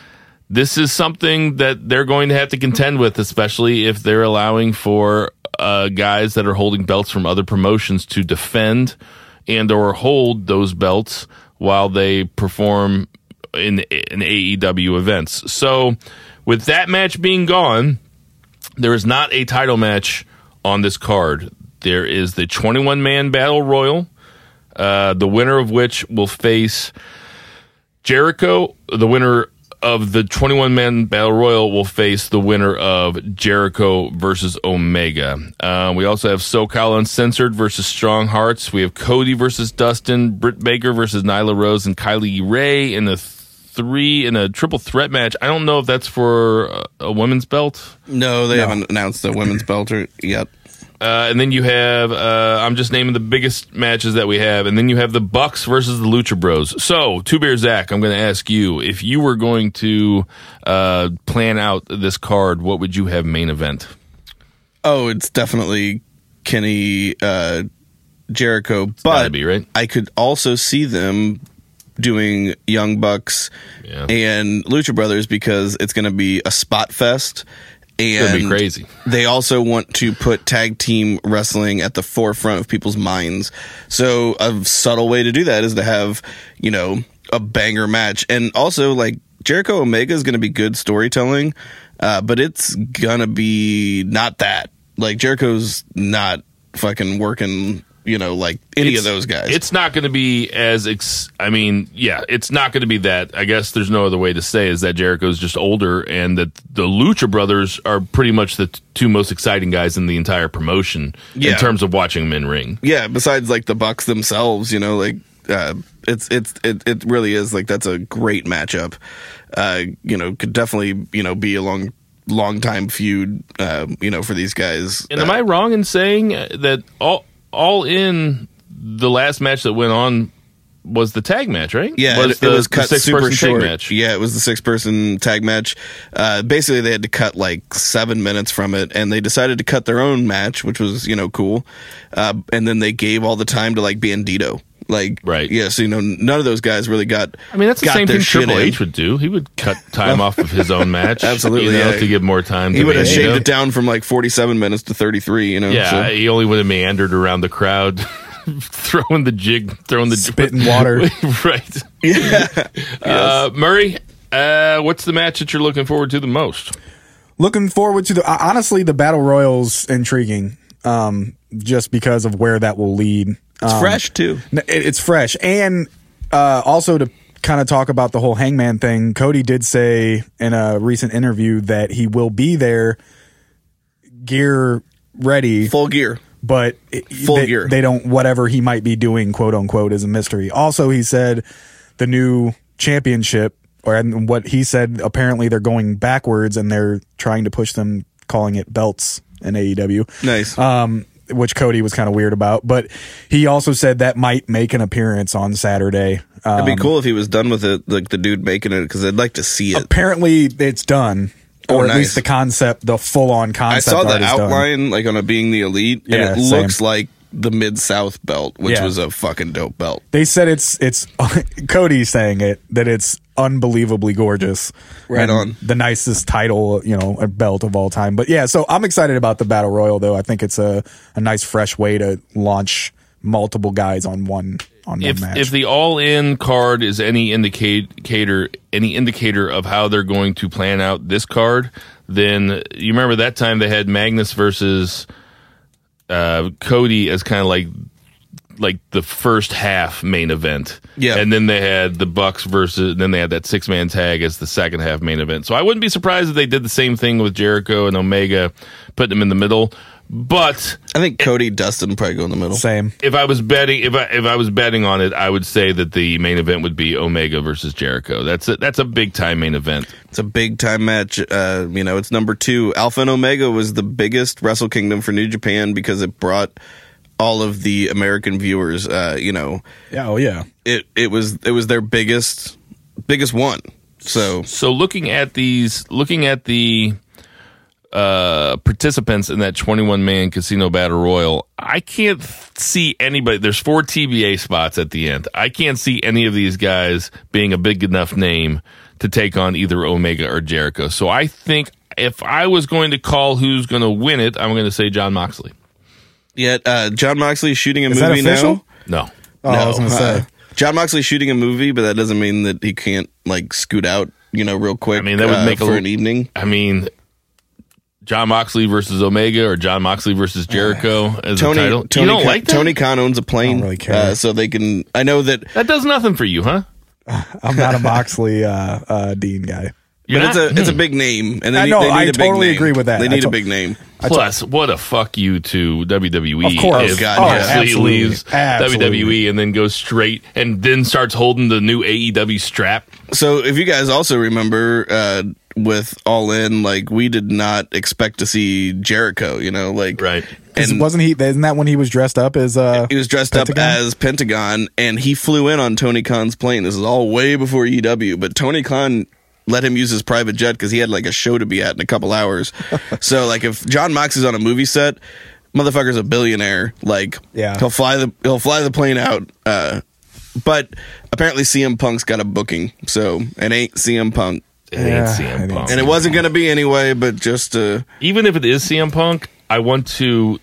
this is something that they're going to have to contend with, especially if they're allowing for uh, guys that are holding belts from other promotions to defend and or hold those belts while they perform in in AEW events. So, with that match being gone, there is not a title match on this card. There is the 21 man battle royal, uh, the winner of which will face Jericho, the winner of the 21 man battle royal, will face the winner of Jericho versus Omega. Uh, we also have SoCal Uncensored versus Strong Hearts. We have Cody versus Dustin, Britt Baker versus Nyla Rose, and Kylie Ray in a three in a triple threat match. I don't know if that's for uh, a women's belt.
No, they haven't announced the women's belt or- yet.
Uh, and then you have uh, I'm just naming the biggest matches that we have, and then you have the Bucks versus the Lucha Bros. So, Two Bear Zach, I'm going to ask you if you were going to uh, plan out this card, what would you have main event?
Oh, it's definitely Kenny uh, Jericho,
gotta
but
be, right?
I could also see them doing Young Bucks
Yeah.
and Lucha Brothers because it's going to be a spot fest. And
That'd be crazy.
They also want to put tag team wrestling at the forefront of people's minds. So a subtle way to do that is to have, you know, a banger match. And also like Jericho Omega is going to be good storytelling, uh, but it's going to be not that. Like Jericho's not fucking working, you know, like any of
It's-
those guys.
It's not going to be as ex- I mean, yeah, it's not going to be that. I guess there's no other way to say is that Jericho's just older and that the Lucha Brothers are pretty much the t- two most exciting guys in the entire promotion
Yeah.
in terms of watching them in ring.
yeah besides like the bucks themselves you know like uh it's it's it, it really is like that's a great matchup uh you know could definitely you know be a long long time feud uh you know for these guys
And am I wrong in saying uh, that all all in the last match that went on was the tag match, right?
Yeah,
was
it, it was cut super
six-person tag
short.
match.
Yeah, it was the six person tag match. Uh, basically, they had to cut like seven minutes from it, and they decided to cut their own match, which was you know cool. Uh, and then they gave all the time to like Bandito, like
Right.
Yeah, so you know none of those guys really got.
I mean that's the
got
same
their
thing
shit
Triple
in.
H would do. He would
(laughs)
cut time off of his own match,
Absolutely,
you know,
yeah.
to give more time.
He
to
would have
Bandito.
shaved it down from like forty seven minutes to thirty three. You know,
Yeah,
so-
he only would have meandered around the crowd. (laughs) throwing the jig, throwing the
Spitting water.
(laughs) right.
(laughs)
Yeah. Uh, Murray, uh, what's the match that you're looking forward to the most?
Looking forward to the uh, honestly, the battle royals intriguing, um, just because of where that will lead.
It's
Um,
fresh too.
n- it- it's fresh, and uh, also to kind of talk about the whole Hangman thing. Cody did say in a recent interview that he will be there, gear ready
Full gear.
but it,
Full
they,
gear.
they don't whatever he might be doing quote unquote is a mystery also he said the new championship or and what he said apparently they're going backwards and they're trying to push them calling it belts in E AEW
Nice.
um which Cody was kind of weird about but he also said that might make an appearance on Saturday um,
It'd be cool if he was done with it, like the dude making it, because I'd like to see it.
apparently it's done
Oh,
or at
nice.
least the concept the full on
I
concept
saw
art
the
is done.
outline, like on a Being the Elite, and
Yeah,
it
same.
looks like the Mid South belt, which
Yeah.
was a fucking dope belt.
They said it's it's (laughs) Cody saying it that it's unbelievably gorgeous.
Right
And
on.
The nicest title, you know, a belt of all time. But yeah, so I'm excited about the Battle Royal though. I think it's a, a nice fresh way to launch multiple guys on one on
If
one match.
if the all in card is any indicator any indicator of how they're going to plan out this card, then you remember that time they had Magnus versus uh, Cody as kind of like like the first half main event.
Yeah.
And then they had the Bucks versus then they had that six man tag as the second half main event. So I wouldn't be surprised if they did the same thing with Jericho and Omega, putting them in the middle. But
I think Cody Dustin probably go in the middle.
Same.
if I was betting if I if I was betting on it, I would say that the main event would be Omega versus Jericho. That's a, that's a big time main event.
It's a big time match. Uh, you know, it's number two. Alpha and Omega was the biggest Wrestle Kingdom for New Japan because it brought all of the American viewers. Uh, you know,
Yeah, oh yeah.
it it was it was their biggest biggest one. So
So looking at these, looking at the uh, participants in that 21 man casino battle royal, I can't th- see anybody. There's four TBA spots at the end. I can't see any of these guys being a big enough name to take on either Omega or Jericho. So I think if I was going to call who's going to win it, I'm going to say John Moxley.
yet, uh, John Moxley is shooting a
Is that
movie now.
official?
No.
Oh, I was gonna
(laughs) uh,
say.
John Moxley's shooting a movie, but that doesn't mean that he can't like scoot out, you know, real quick. I
mean, that would make a
for
l-
an evening.
I mean, John Moxley versus Omega or John Moxley versus Jericho as
Tony,
a title.
Tony,
you don't
Khan-
like that?
Tony Khan owns a plane,
really care.
Uh, so they can. I know that,
That does nothing for you, huh?
I'm not a Moxley uh, uh, Dean guy.
You're
but it's
not- Hmm.
a it's a big name, and they,
I
need-
know,
they need
I
a big
totally
name.
agree with that.
They
I
need a
to-
big name.
Plus, what a fuck you to WWE.
Of course.
if
God,
Moxley
yeah.
Absolutely.
leaves
Absolutely.
WWE and then goes straight and then starts holding the new AEW strap.
So, if you guys also remember uh, with All In, like we did not expect to see Jericho. You know, like
Right.
And wasn't he isn't that when he was dressed up as uh
He was dressed
Pentagon?
up as Pentagon, and he flew in on Tony Khan's plane. This is all way before EW, but Tony Khan let him use his private jet because he had like a show to be at in a couple
(laughs)
hours. so, like, if John Mox is on a movie set, motherfucker's a billionaire. Like,
Yeah.
he'll fly the he'll fly the plane out. Uh, but apparently, CM Punk's got a booking, so it ain't CM Punk,
It
Yeah,
ain't CM
it
Punk.
ain't
and it wasn't gonna be anyway. But just uh,
Even if it is CM Punk, I want to.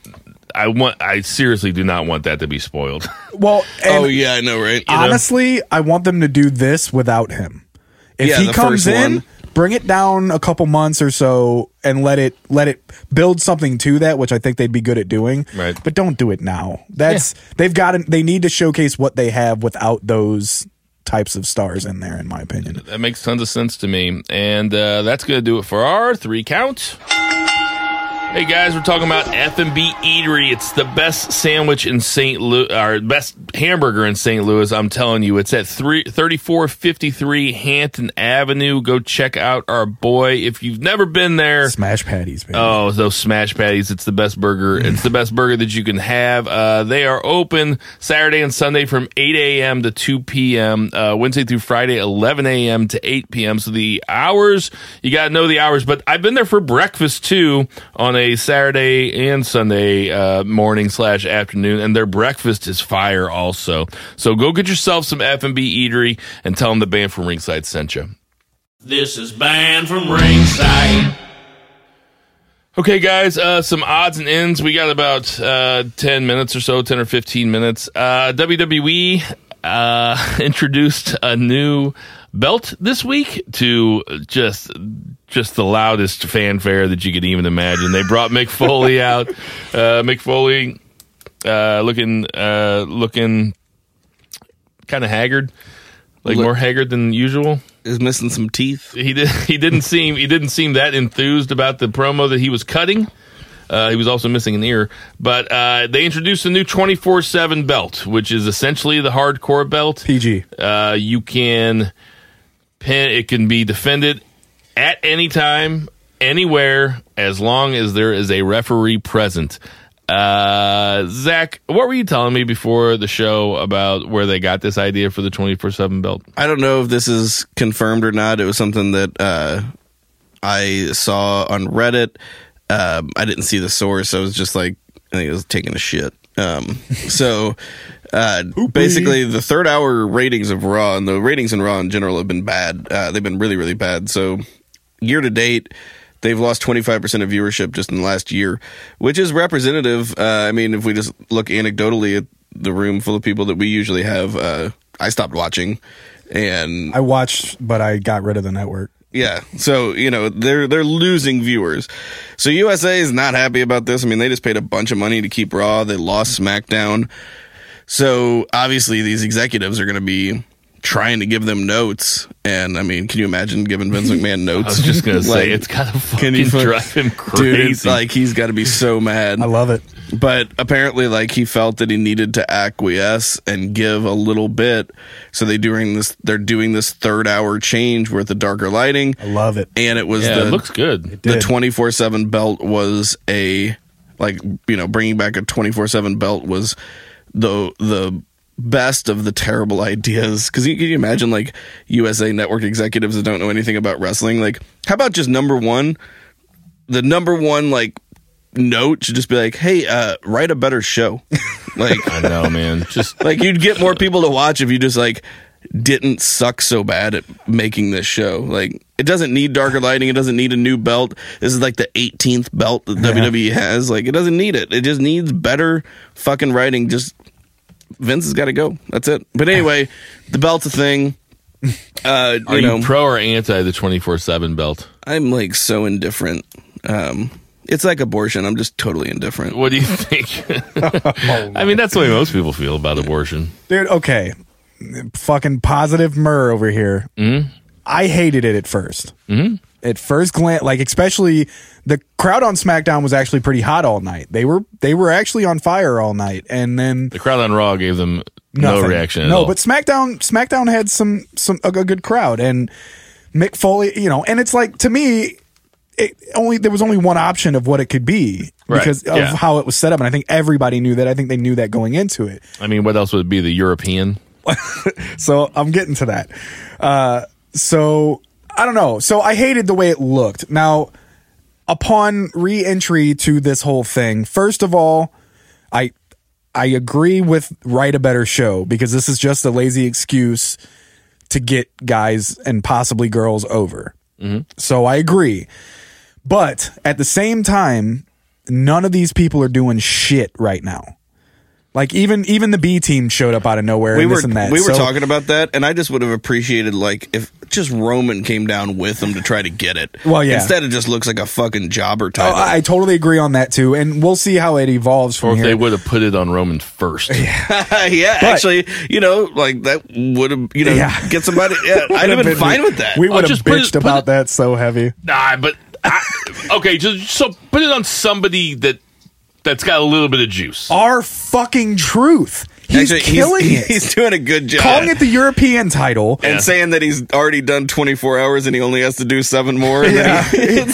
I want. I seriously do not want that to be spoiled. (laughs)
well and
oh yeah, I know, right?
honestly, I want them to do this without him. If
Yeah,
he
the
comes
first
in,
one.
bring it down a couple months or so and let it let it build something to that, which I think they'd be good at doing.
Right.
But don't do it now. That's they've got to, they need to showcase what they have without those types of stars in there, in my opinion.
That makes tons of sense to me. And uh, that's going to do it for our three count. Hey guys, we're talking about F&B Eatery. It's the best sandwich in St. Louis, or best hamburger in St. Louis. I'm telling you, it's at three thirty four fifty three Hampton Avenue. Go check out our boy. If you've never been there,
Smash patties, man.
Oh, those smash patties. It's the best burger. It's the best burger that you can have. Uh, they are open Saturday and Sunday from 8 a.m. to 2 p.m., uh, Wednesday through Friday, 11 a.m. to 8 p.m. So the hours, you got to know the hours, but I've been there for breakfast too on a Saturday and Sunday uh, morning slash afternoon, and their breakfast is fire also. So go get yourself some F&B eatery and tell them the band from Ringside sent you.
This is banned from ringside.
Okay, guys, uh, some odds and ends. We got about uh, 10 minutes or so, 10 or 15 minutes. Uh, WWE uh, (laughs) introduced a new belt this week to just just the loudest fanfare that you could even imagine. They brought Mick Foley out. Uh, Mick Foley uh, looking uh, looking kind of haggard, like
Look-
more haggard than usual
Is missing some teeth.
he did (laughs) he didn't seem he didn't seem that enthused about the promo that he was cutting. Uh, he was also missing an ear, but uh, they introduced a new twenty four seven belt, which is essentially the hardcore belt.
PG.
Uh, you can pin it can be defended at any time, anywhere, as long as there is a referee present. Uh, Zach, what were you telling me before the show about where they got this idea for the twenty four seven belt?
I don't know if this is confirmed or not. It was something that uh, I saw on Reddit. Um, I didn't see the source. I was just like, I think I was taking a shit. Um, (laughs) so uh, basically, the third hour ratings of Raw and the ratings in Raw in general have been bad. Uh, they've been really, really bad. So year to date, they've lost 25% of viewership just in the last year, which is representative. Uh, I mean, if we just look anecdotally at the room full of people that we usually have, uh, I stopped watching. And
I watched, but I got rid of the network.
yeah, so you know they're they're losing viewers. So USA is not happy about this. I mean, they just paid a bunch of money to keep Raw. They lost SmackDown. So obviously, these executives are going to be trying to give them notes. And I mean, can you imagine
(laughs)
giving Vince McMahon notes?
I was just
(laughs)
gonna say
Like,
it's gotta
can
fucking
you fuck-
drive him crazy.
(laughs) Dude, it's like he's got to be so mad.
I love it.
But apparently, like he felt that he needed to acquiesce and give a little bit. So they doing this. They're doing this third hour change with the darker lighting,
I love it.
and it was
yeah,
the
it looks good.
the
did.
twenty four seven belt was a like you know bringing back a twenty four seven belt was the the best of the terrible (laughs) ideas because you can you imagine like USA Network executives that don't know anything about wrestling like how about just number one the number one like note should just be like hey uh write a better show like
I know, man. Just
like you'd get more people to watch if you just like didn't suck so bad at making this show. Like it doesn't need darker lighting. It doesn't need a new belt. This is like the 18th belt that WWE has. Like it doesn't need it. It just needs better fucking writing. Just Vince has got to go. That's it. But anyway, the belt's
(laughs)
a thing. Uh,
are
you
you,
know,
pro or anti the twenty four seven belt?
I'm like so indifferent. Um, it's like abortion. I'm just totally indifferent.
What do you think? (laughs) I mean, that's the way most people feel about abortion.
Dude, okay. Fucking positive myrrh over here. Mm.
Mm-hmm.
I hated it at 1st Mm. At first glance, like especially the crowd on SmackDown was actually pretty hot all night. They were they were actually on fire all night, and then
The crowd on Raw gave them no
nothing.
reaction. At
no,
all.
but SmackDown SmackDown had some some a, a good crowd, and Mick Foley, you know, and it's like to me, it only there was only one option of what it could be
Right,
because of
yeah.
how it was set up, and I think everybody knew that. I think they knew that going into it.
I mean, what else would it be? The European.
so I'm getting to that. Uh, so I don't know. So I hated the way it looked. Now, upon re-entry to this whole thing, first of all, I I agree with write a better show because this is just a lazy excuse to get guys and possibly girls over.
Mm-hmm.
So I agree. But at the same time, none of these people are doing shit right now. Like even even the B team showed up out of nowhere.
we
and
were
this and that.
we were
So-
talking about that, and I just would have appreciated like if just Roman came down with him to try to get it.
Well, yeah.
Instead, it just looks like a fucking jobber title.
Oh, I, I totally agree on that too, and we'll see how it evolves
Or
from
if
here.
they would have put it on Roman first.
(laughs) yeah, actually, you know, like that would have you know
Yeah.
get somebody.
(laughs)
Yeah, I'd have been fine with that.
We
I'll
would have
just put it-
bitched
put
about
it-
that so heavy.
Nah, but I, okay, just so put it on somebody that that's got a little bit of juice.
Our fucking truth. (laughs) He's
actually, (laughs)
killing
he's,
it.
He's doing a good job.
calling it the European title.
and saying that he's already done 24 hours and he only has to do seven more. and then
Yeah. (laughs)
(laughs)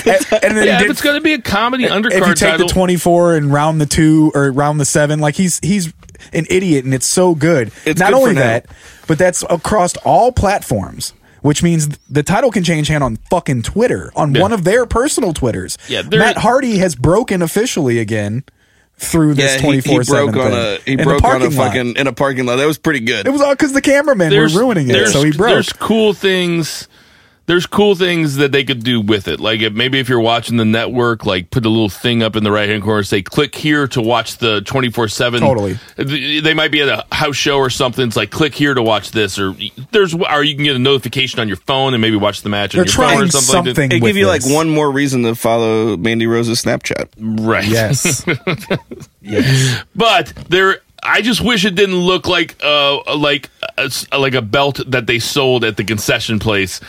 Yeah,
and then he
if
did-
it's going to be a comedy undercard
if you take
title,
the 24 and round the two or round the seven, like he's he's an idiot and it's so good.
It's
Not
good
only
for now.
that, but that's across all platforms. Which means the title can change hand on fucking Twitter, on one of their personal Twitters.
Yeah, there-
Matt Hardy has broken officially again through
he-
this
he,
twenty four seven
broke
thing.
on a he
in the
broke on a
parking lot.
fucking in a parking lot. That was pretty good.
It was all because the cameramen were ruining it,
there's-
so he broke.
There's cool things there's cool things that they could do with it. Like if, maybe if you're watching the network, like put a little thing up in the right hand corner, say click here to watch the 24 seven.
Totally.
They might be at a house show or something. It's like click here to watch this, or there's or you can get a notification on your phone and maybe watch the match on
They're
your phone or
trying
something. like that.
something.
It
with
give you
this.
like one more reason to follow Mandy Rose's Snapchat.
Right.
(laughs)
Yes.
(laughs) But there, I just wish it didn't look like uh like a, like a belt that they sold at the concession place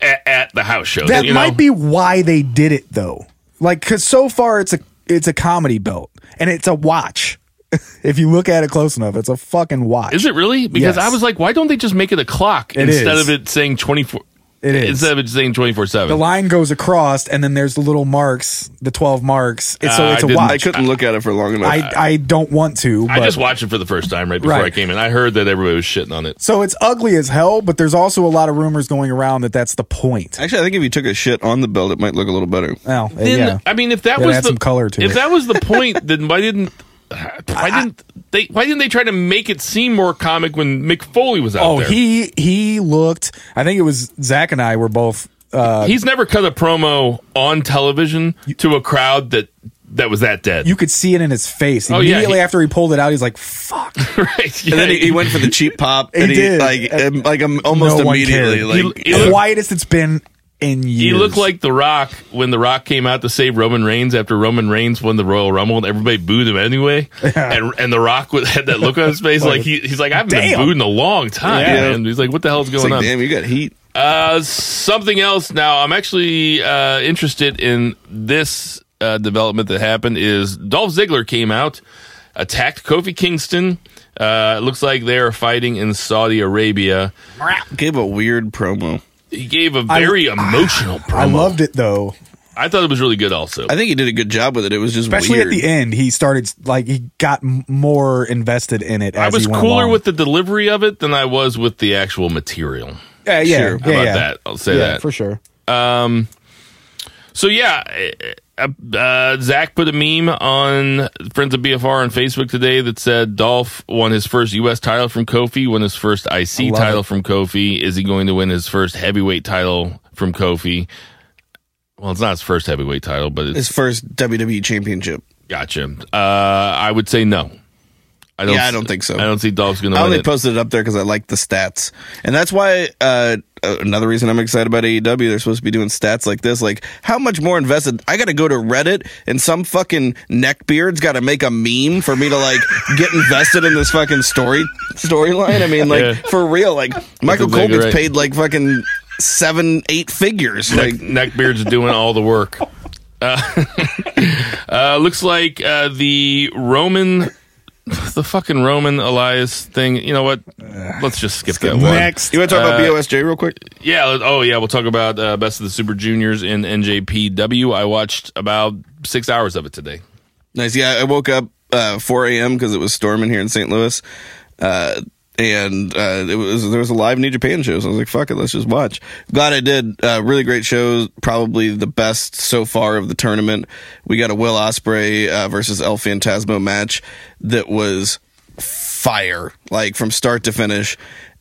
at, at the house show.
that
you know?
might be why they did it though. Like cuz so far it's a it's a comedy belt and it's a watch. (laughs) if you look at it close enough, it's a fucking watch.
Is it really? Because
Yes.
I was like, why don't they just make it a clock
It
instead
is.
of it saying twenty four?
It is.
instead of it saying twenty four
The
seven.
line goes across and then there's the little marks, the 12 marks. It's,
Uh,
so
I
it's a
didn't-
I
watch.
couldn't look at it for long enough.
I, I don't want to. But,
I just watched it for the first time right before
Right.
I came in. I heard that everybody was shitting on it.
so it's ugly as hell, but there's also a lot of rumors going around that that's the point.
Actually, I think if you took a shit on the belt, it might look a little better.
Well,
Then
yeah.
I mean, if that
Gotta
was
add
the
some color to
if
it.
that
(laughs)
was the point, then why didn't why didn't they why didn't they try to make it seem more comic when Mick Foley was out
oh,
there?
he he looked. I think it was Zach and I were both. Uh,
He's never cut a promo on television to a crowd that that was that dead.
you could see it in his face
Oh, yeah,
immediately
he-
after he pulled it out. He's like, "Fuck!"
(laughs) right? Yeah.
And then he, he went for the cheap pop.
He
and he,
did. Uh,
Like, um, like um, almost
No one
immediately.
cared.
Like,
He looked-
Quietest it's been in years.
He looked like The Rock when The Rock came out to save Roman Reigns after Roman Reigns won the Royal Rumble and everybody booed him anyway. And and The Rock was, had that look on his face like he, he's like I've been
Damn.
booed in a long time.
Yeah.
man." He's like what the hell's
it's
going
like,
on?
damn, you got heat.
Uh, something else. Now, I'm actually uh, interested in this uh, development that happened. Is Dolph Ziggler came out, attacked Kofi Kingston. Uh, it looks like they are fighting in Saudi Arabia.
Gave a weird promo.
He gave a very emotional promo.
I
I,
loved it though,
thought it was really good. Also,
I think he did a good job with it. It was just
especially
weird.
at the end. He started like he got m- more invested in it. As
I was
he went
cooler
along.
with the delivery of it than I was with the actual material.
yeah, yeah,
Sure.
yeah,
How about
yeah.
that? I'll say
yeah,
that.
for sure.
So yeah, uh, uh, Zach put a meme on Friends of BFR on Facebook today that said Dolph won his first U.S. title from Kofi, won his first IC
love
title from Kofi. Is he going to win his first heavyweight title from Kofi? Well, it's not his first heavyweight title, but it's
His first
E
WWE championship.
gotcha. Uh, I would say no. I
Yeah,
s-
I don't think so.
I don't see Dolph's going to
I
win
only
it.
posted it up there because I like the stats, and that's why uh, uh, another reason I'm excited about AEW. They're supposed to be doing stats like this. Like, how much more invested? I got to go to Reddit, and some fucking neckbeard's got to make a meme for me to like (laughs) get invested in this fucking story storyline. I mean, like
Yeah.
for real. Like Michael
exactly
Cole gets
right.
paid like fucking seven, eight figures. Like,
Neck, neckbeard's doing all the work. Uh, (laughs) uh, looks like uh, the Roman, (laughs) the fucking Roman Elias thing. You know what? Let's just skip that one.
Next,
you want to talk
Uh,
about BOSJ real quick?
Yeah. let- Oh, yeah. We'll talk about uh, Best of the Super Juniors in NJPW. I watched about six hours of it today.
Nice. Yeah, I woke up uh, 4 a.m. because it was storming here in St. Louis, uh, and uh, it was there was a live New Japan show. So I was like, "Fuck it, let's just watch." Glad I did. Uh, really great shows. Probably the best so far of the tournament. We got a Will Osprey uh, versus El Fantasmo match that was fire, like from start to finish.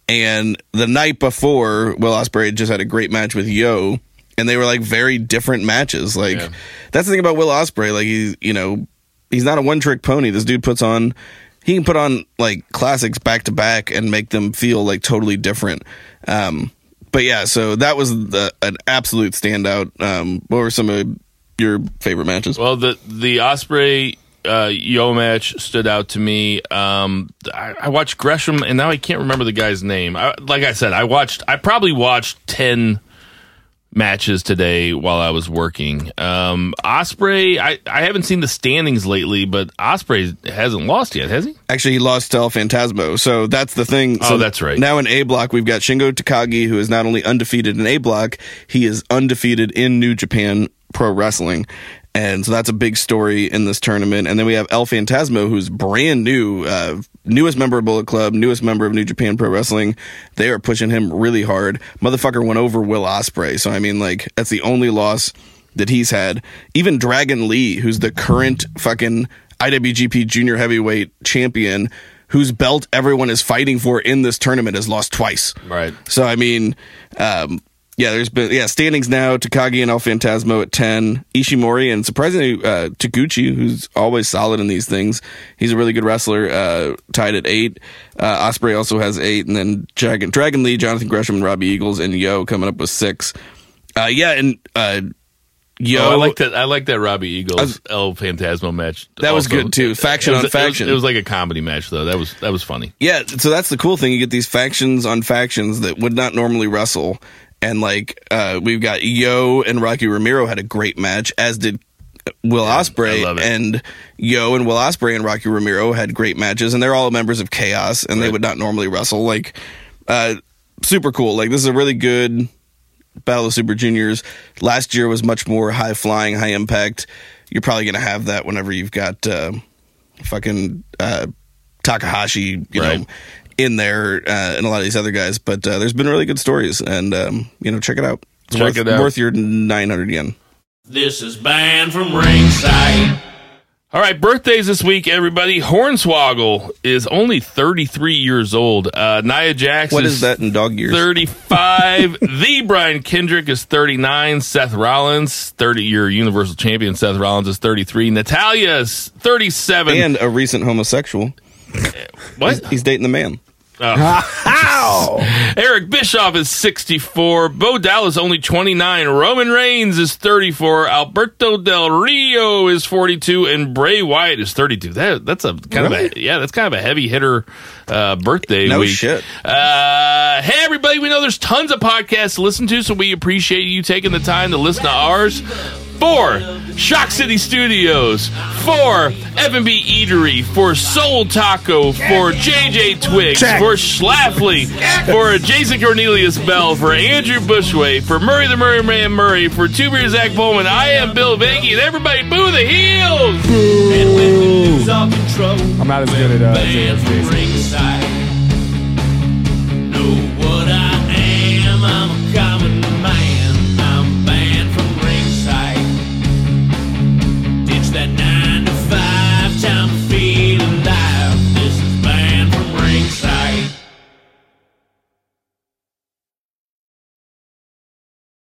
And the night before, Will Ospreay had just had a great match with Yo, and they were like very different matches. Like
Yeah.
that's the thing about Will Ospreay. Like he's you know he's not a one trick pony. This dude puts on he can put on like classics back to back and make them feel like totally different. Um, but yeah, so that was the, an absolute standout. Um, what were some of your favorite matches?
Well, the the Osprey uh, Yo match stood out to me. Um, I, I watched Gresham, and now I can't remember the guy's name. I, like I said, I watched. I probably watched ten matches today while I was working. Um, Osprey, I, I haven't seen the standings lately, but Osprey hasn't lost yet, has he?
Actually, he lost to El Fantasmo, so that's the thing.
Oh,
So
that's right.
Now in A Block, we've got Shingo Takagi, who is not only undefeated in A Block, he is undefeated in New Japan Pro Wrestling, and so that's a big story in this tournament. And then we have El Fantasmo, who's brand new, uh, newest member of Bullet Club, newest member of New Japan Pro Wrestling. They are pushing him really hard. Motherfucker went over Will Osprey, so I mean, like that's the only loss that he's had. Even Dragon Lee, who's the current fucking IWGP Junior Heavyweight Champion, whose belt everyone is fighting for in this tournament, has lost twice.
Right.
So I mean, um, Yeah, there's been yeah standings now. Takagi and El Fantasmo at ten. Ishimori and surprisingly uh, Taguchi, who's always solid in these things. He's a really good wrestler. Uh, tied at eight. Uh, Osprey also has eight, and then Dragon Dragon Lee, Jonathan Gresham, and Robbie Eagles, and Yo coming up with six. Uh, yeah, and uh, Yo,
Oh, I like that. I like that Robbie Eagles
was-
El Fantasmo match.
That was good, too. Faction
It was-
on
it was-
faction.
It was, like a comedy match though. That was that was funny.
Yeah, so that's the cool thing. You get these factions on factions that would not normally wrestle. And like uh, we've got Yo and Rocky Ramiro had a great match, as did Will Osprey.
I love it.
And Yo and Will Osprey and Rocky Ramiro had great matches, and they're all members of Chaos, and they would not normally wrestle. Like, uh, super cool. Like this is a really good Battle of Super Juniors. Last year was much more high flying, high impact. You're probably going to have that whenever you've got uh, fucking uh, Takahashi, you know,
Right.
in there uh, and a lot of these other guys. But uh, there's been really good stories, and um, you know, check it out. It's
Check
worth,
it out.
worth your 900 yen.
This is banned from ringside.
All right, birthdays this week, everybody. Hornswoggle is only 33 years old. Uh, Nia Jax
What
is
is that in dog years?
35. (laughs) the Brian Kendrick is 39. Seth Rollins, 30 year Universal Champion. Seth Rollins is 33. Natalia is 37.
And a recent homosexual.
what?
He's dating the man.
Eric Bischoff is 64. Bo Dallas only 29. Roman Reigns is 34. Alberto Del Rio is 42, and Bray Wyatt is 32. That, that's a kind of a yeah, that's kind of a heavy hitter uh, birthday
No
week.
shit.
Uh, hey everybody, we know there's tons of podcasts to listen to, so we appreciate you taking the time to listen to ours. For Shock City Studios, for F&B Eatery, for Soul Taco, for JJ Twigs,
Check.
for Schlafly, for Jason Cornelius Bell, for Andrew Bushway, for Murray the Murray Man Murray, for Two Beer Zach Bowman, I am Bill Vanky, and everybody boo the heels!
And when the news of control,
I'm not as good at uh,
banned from ringside.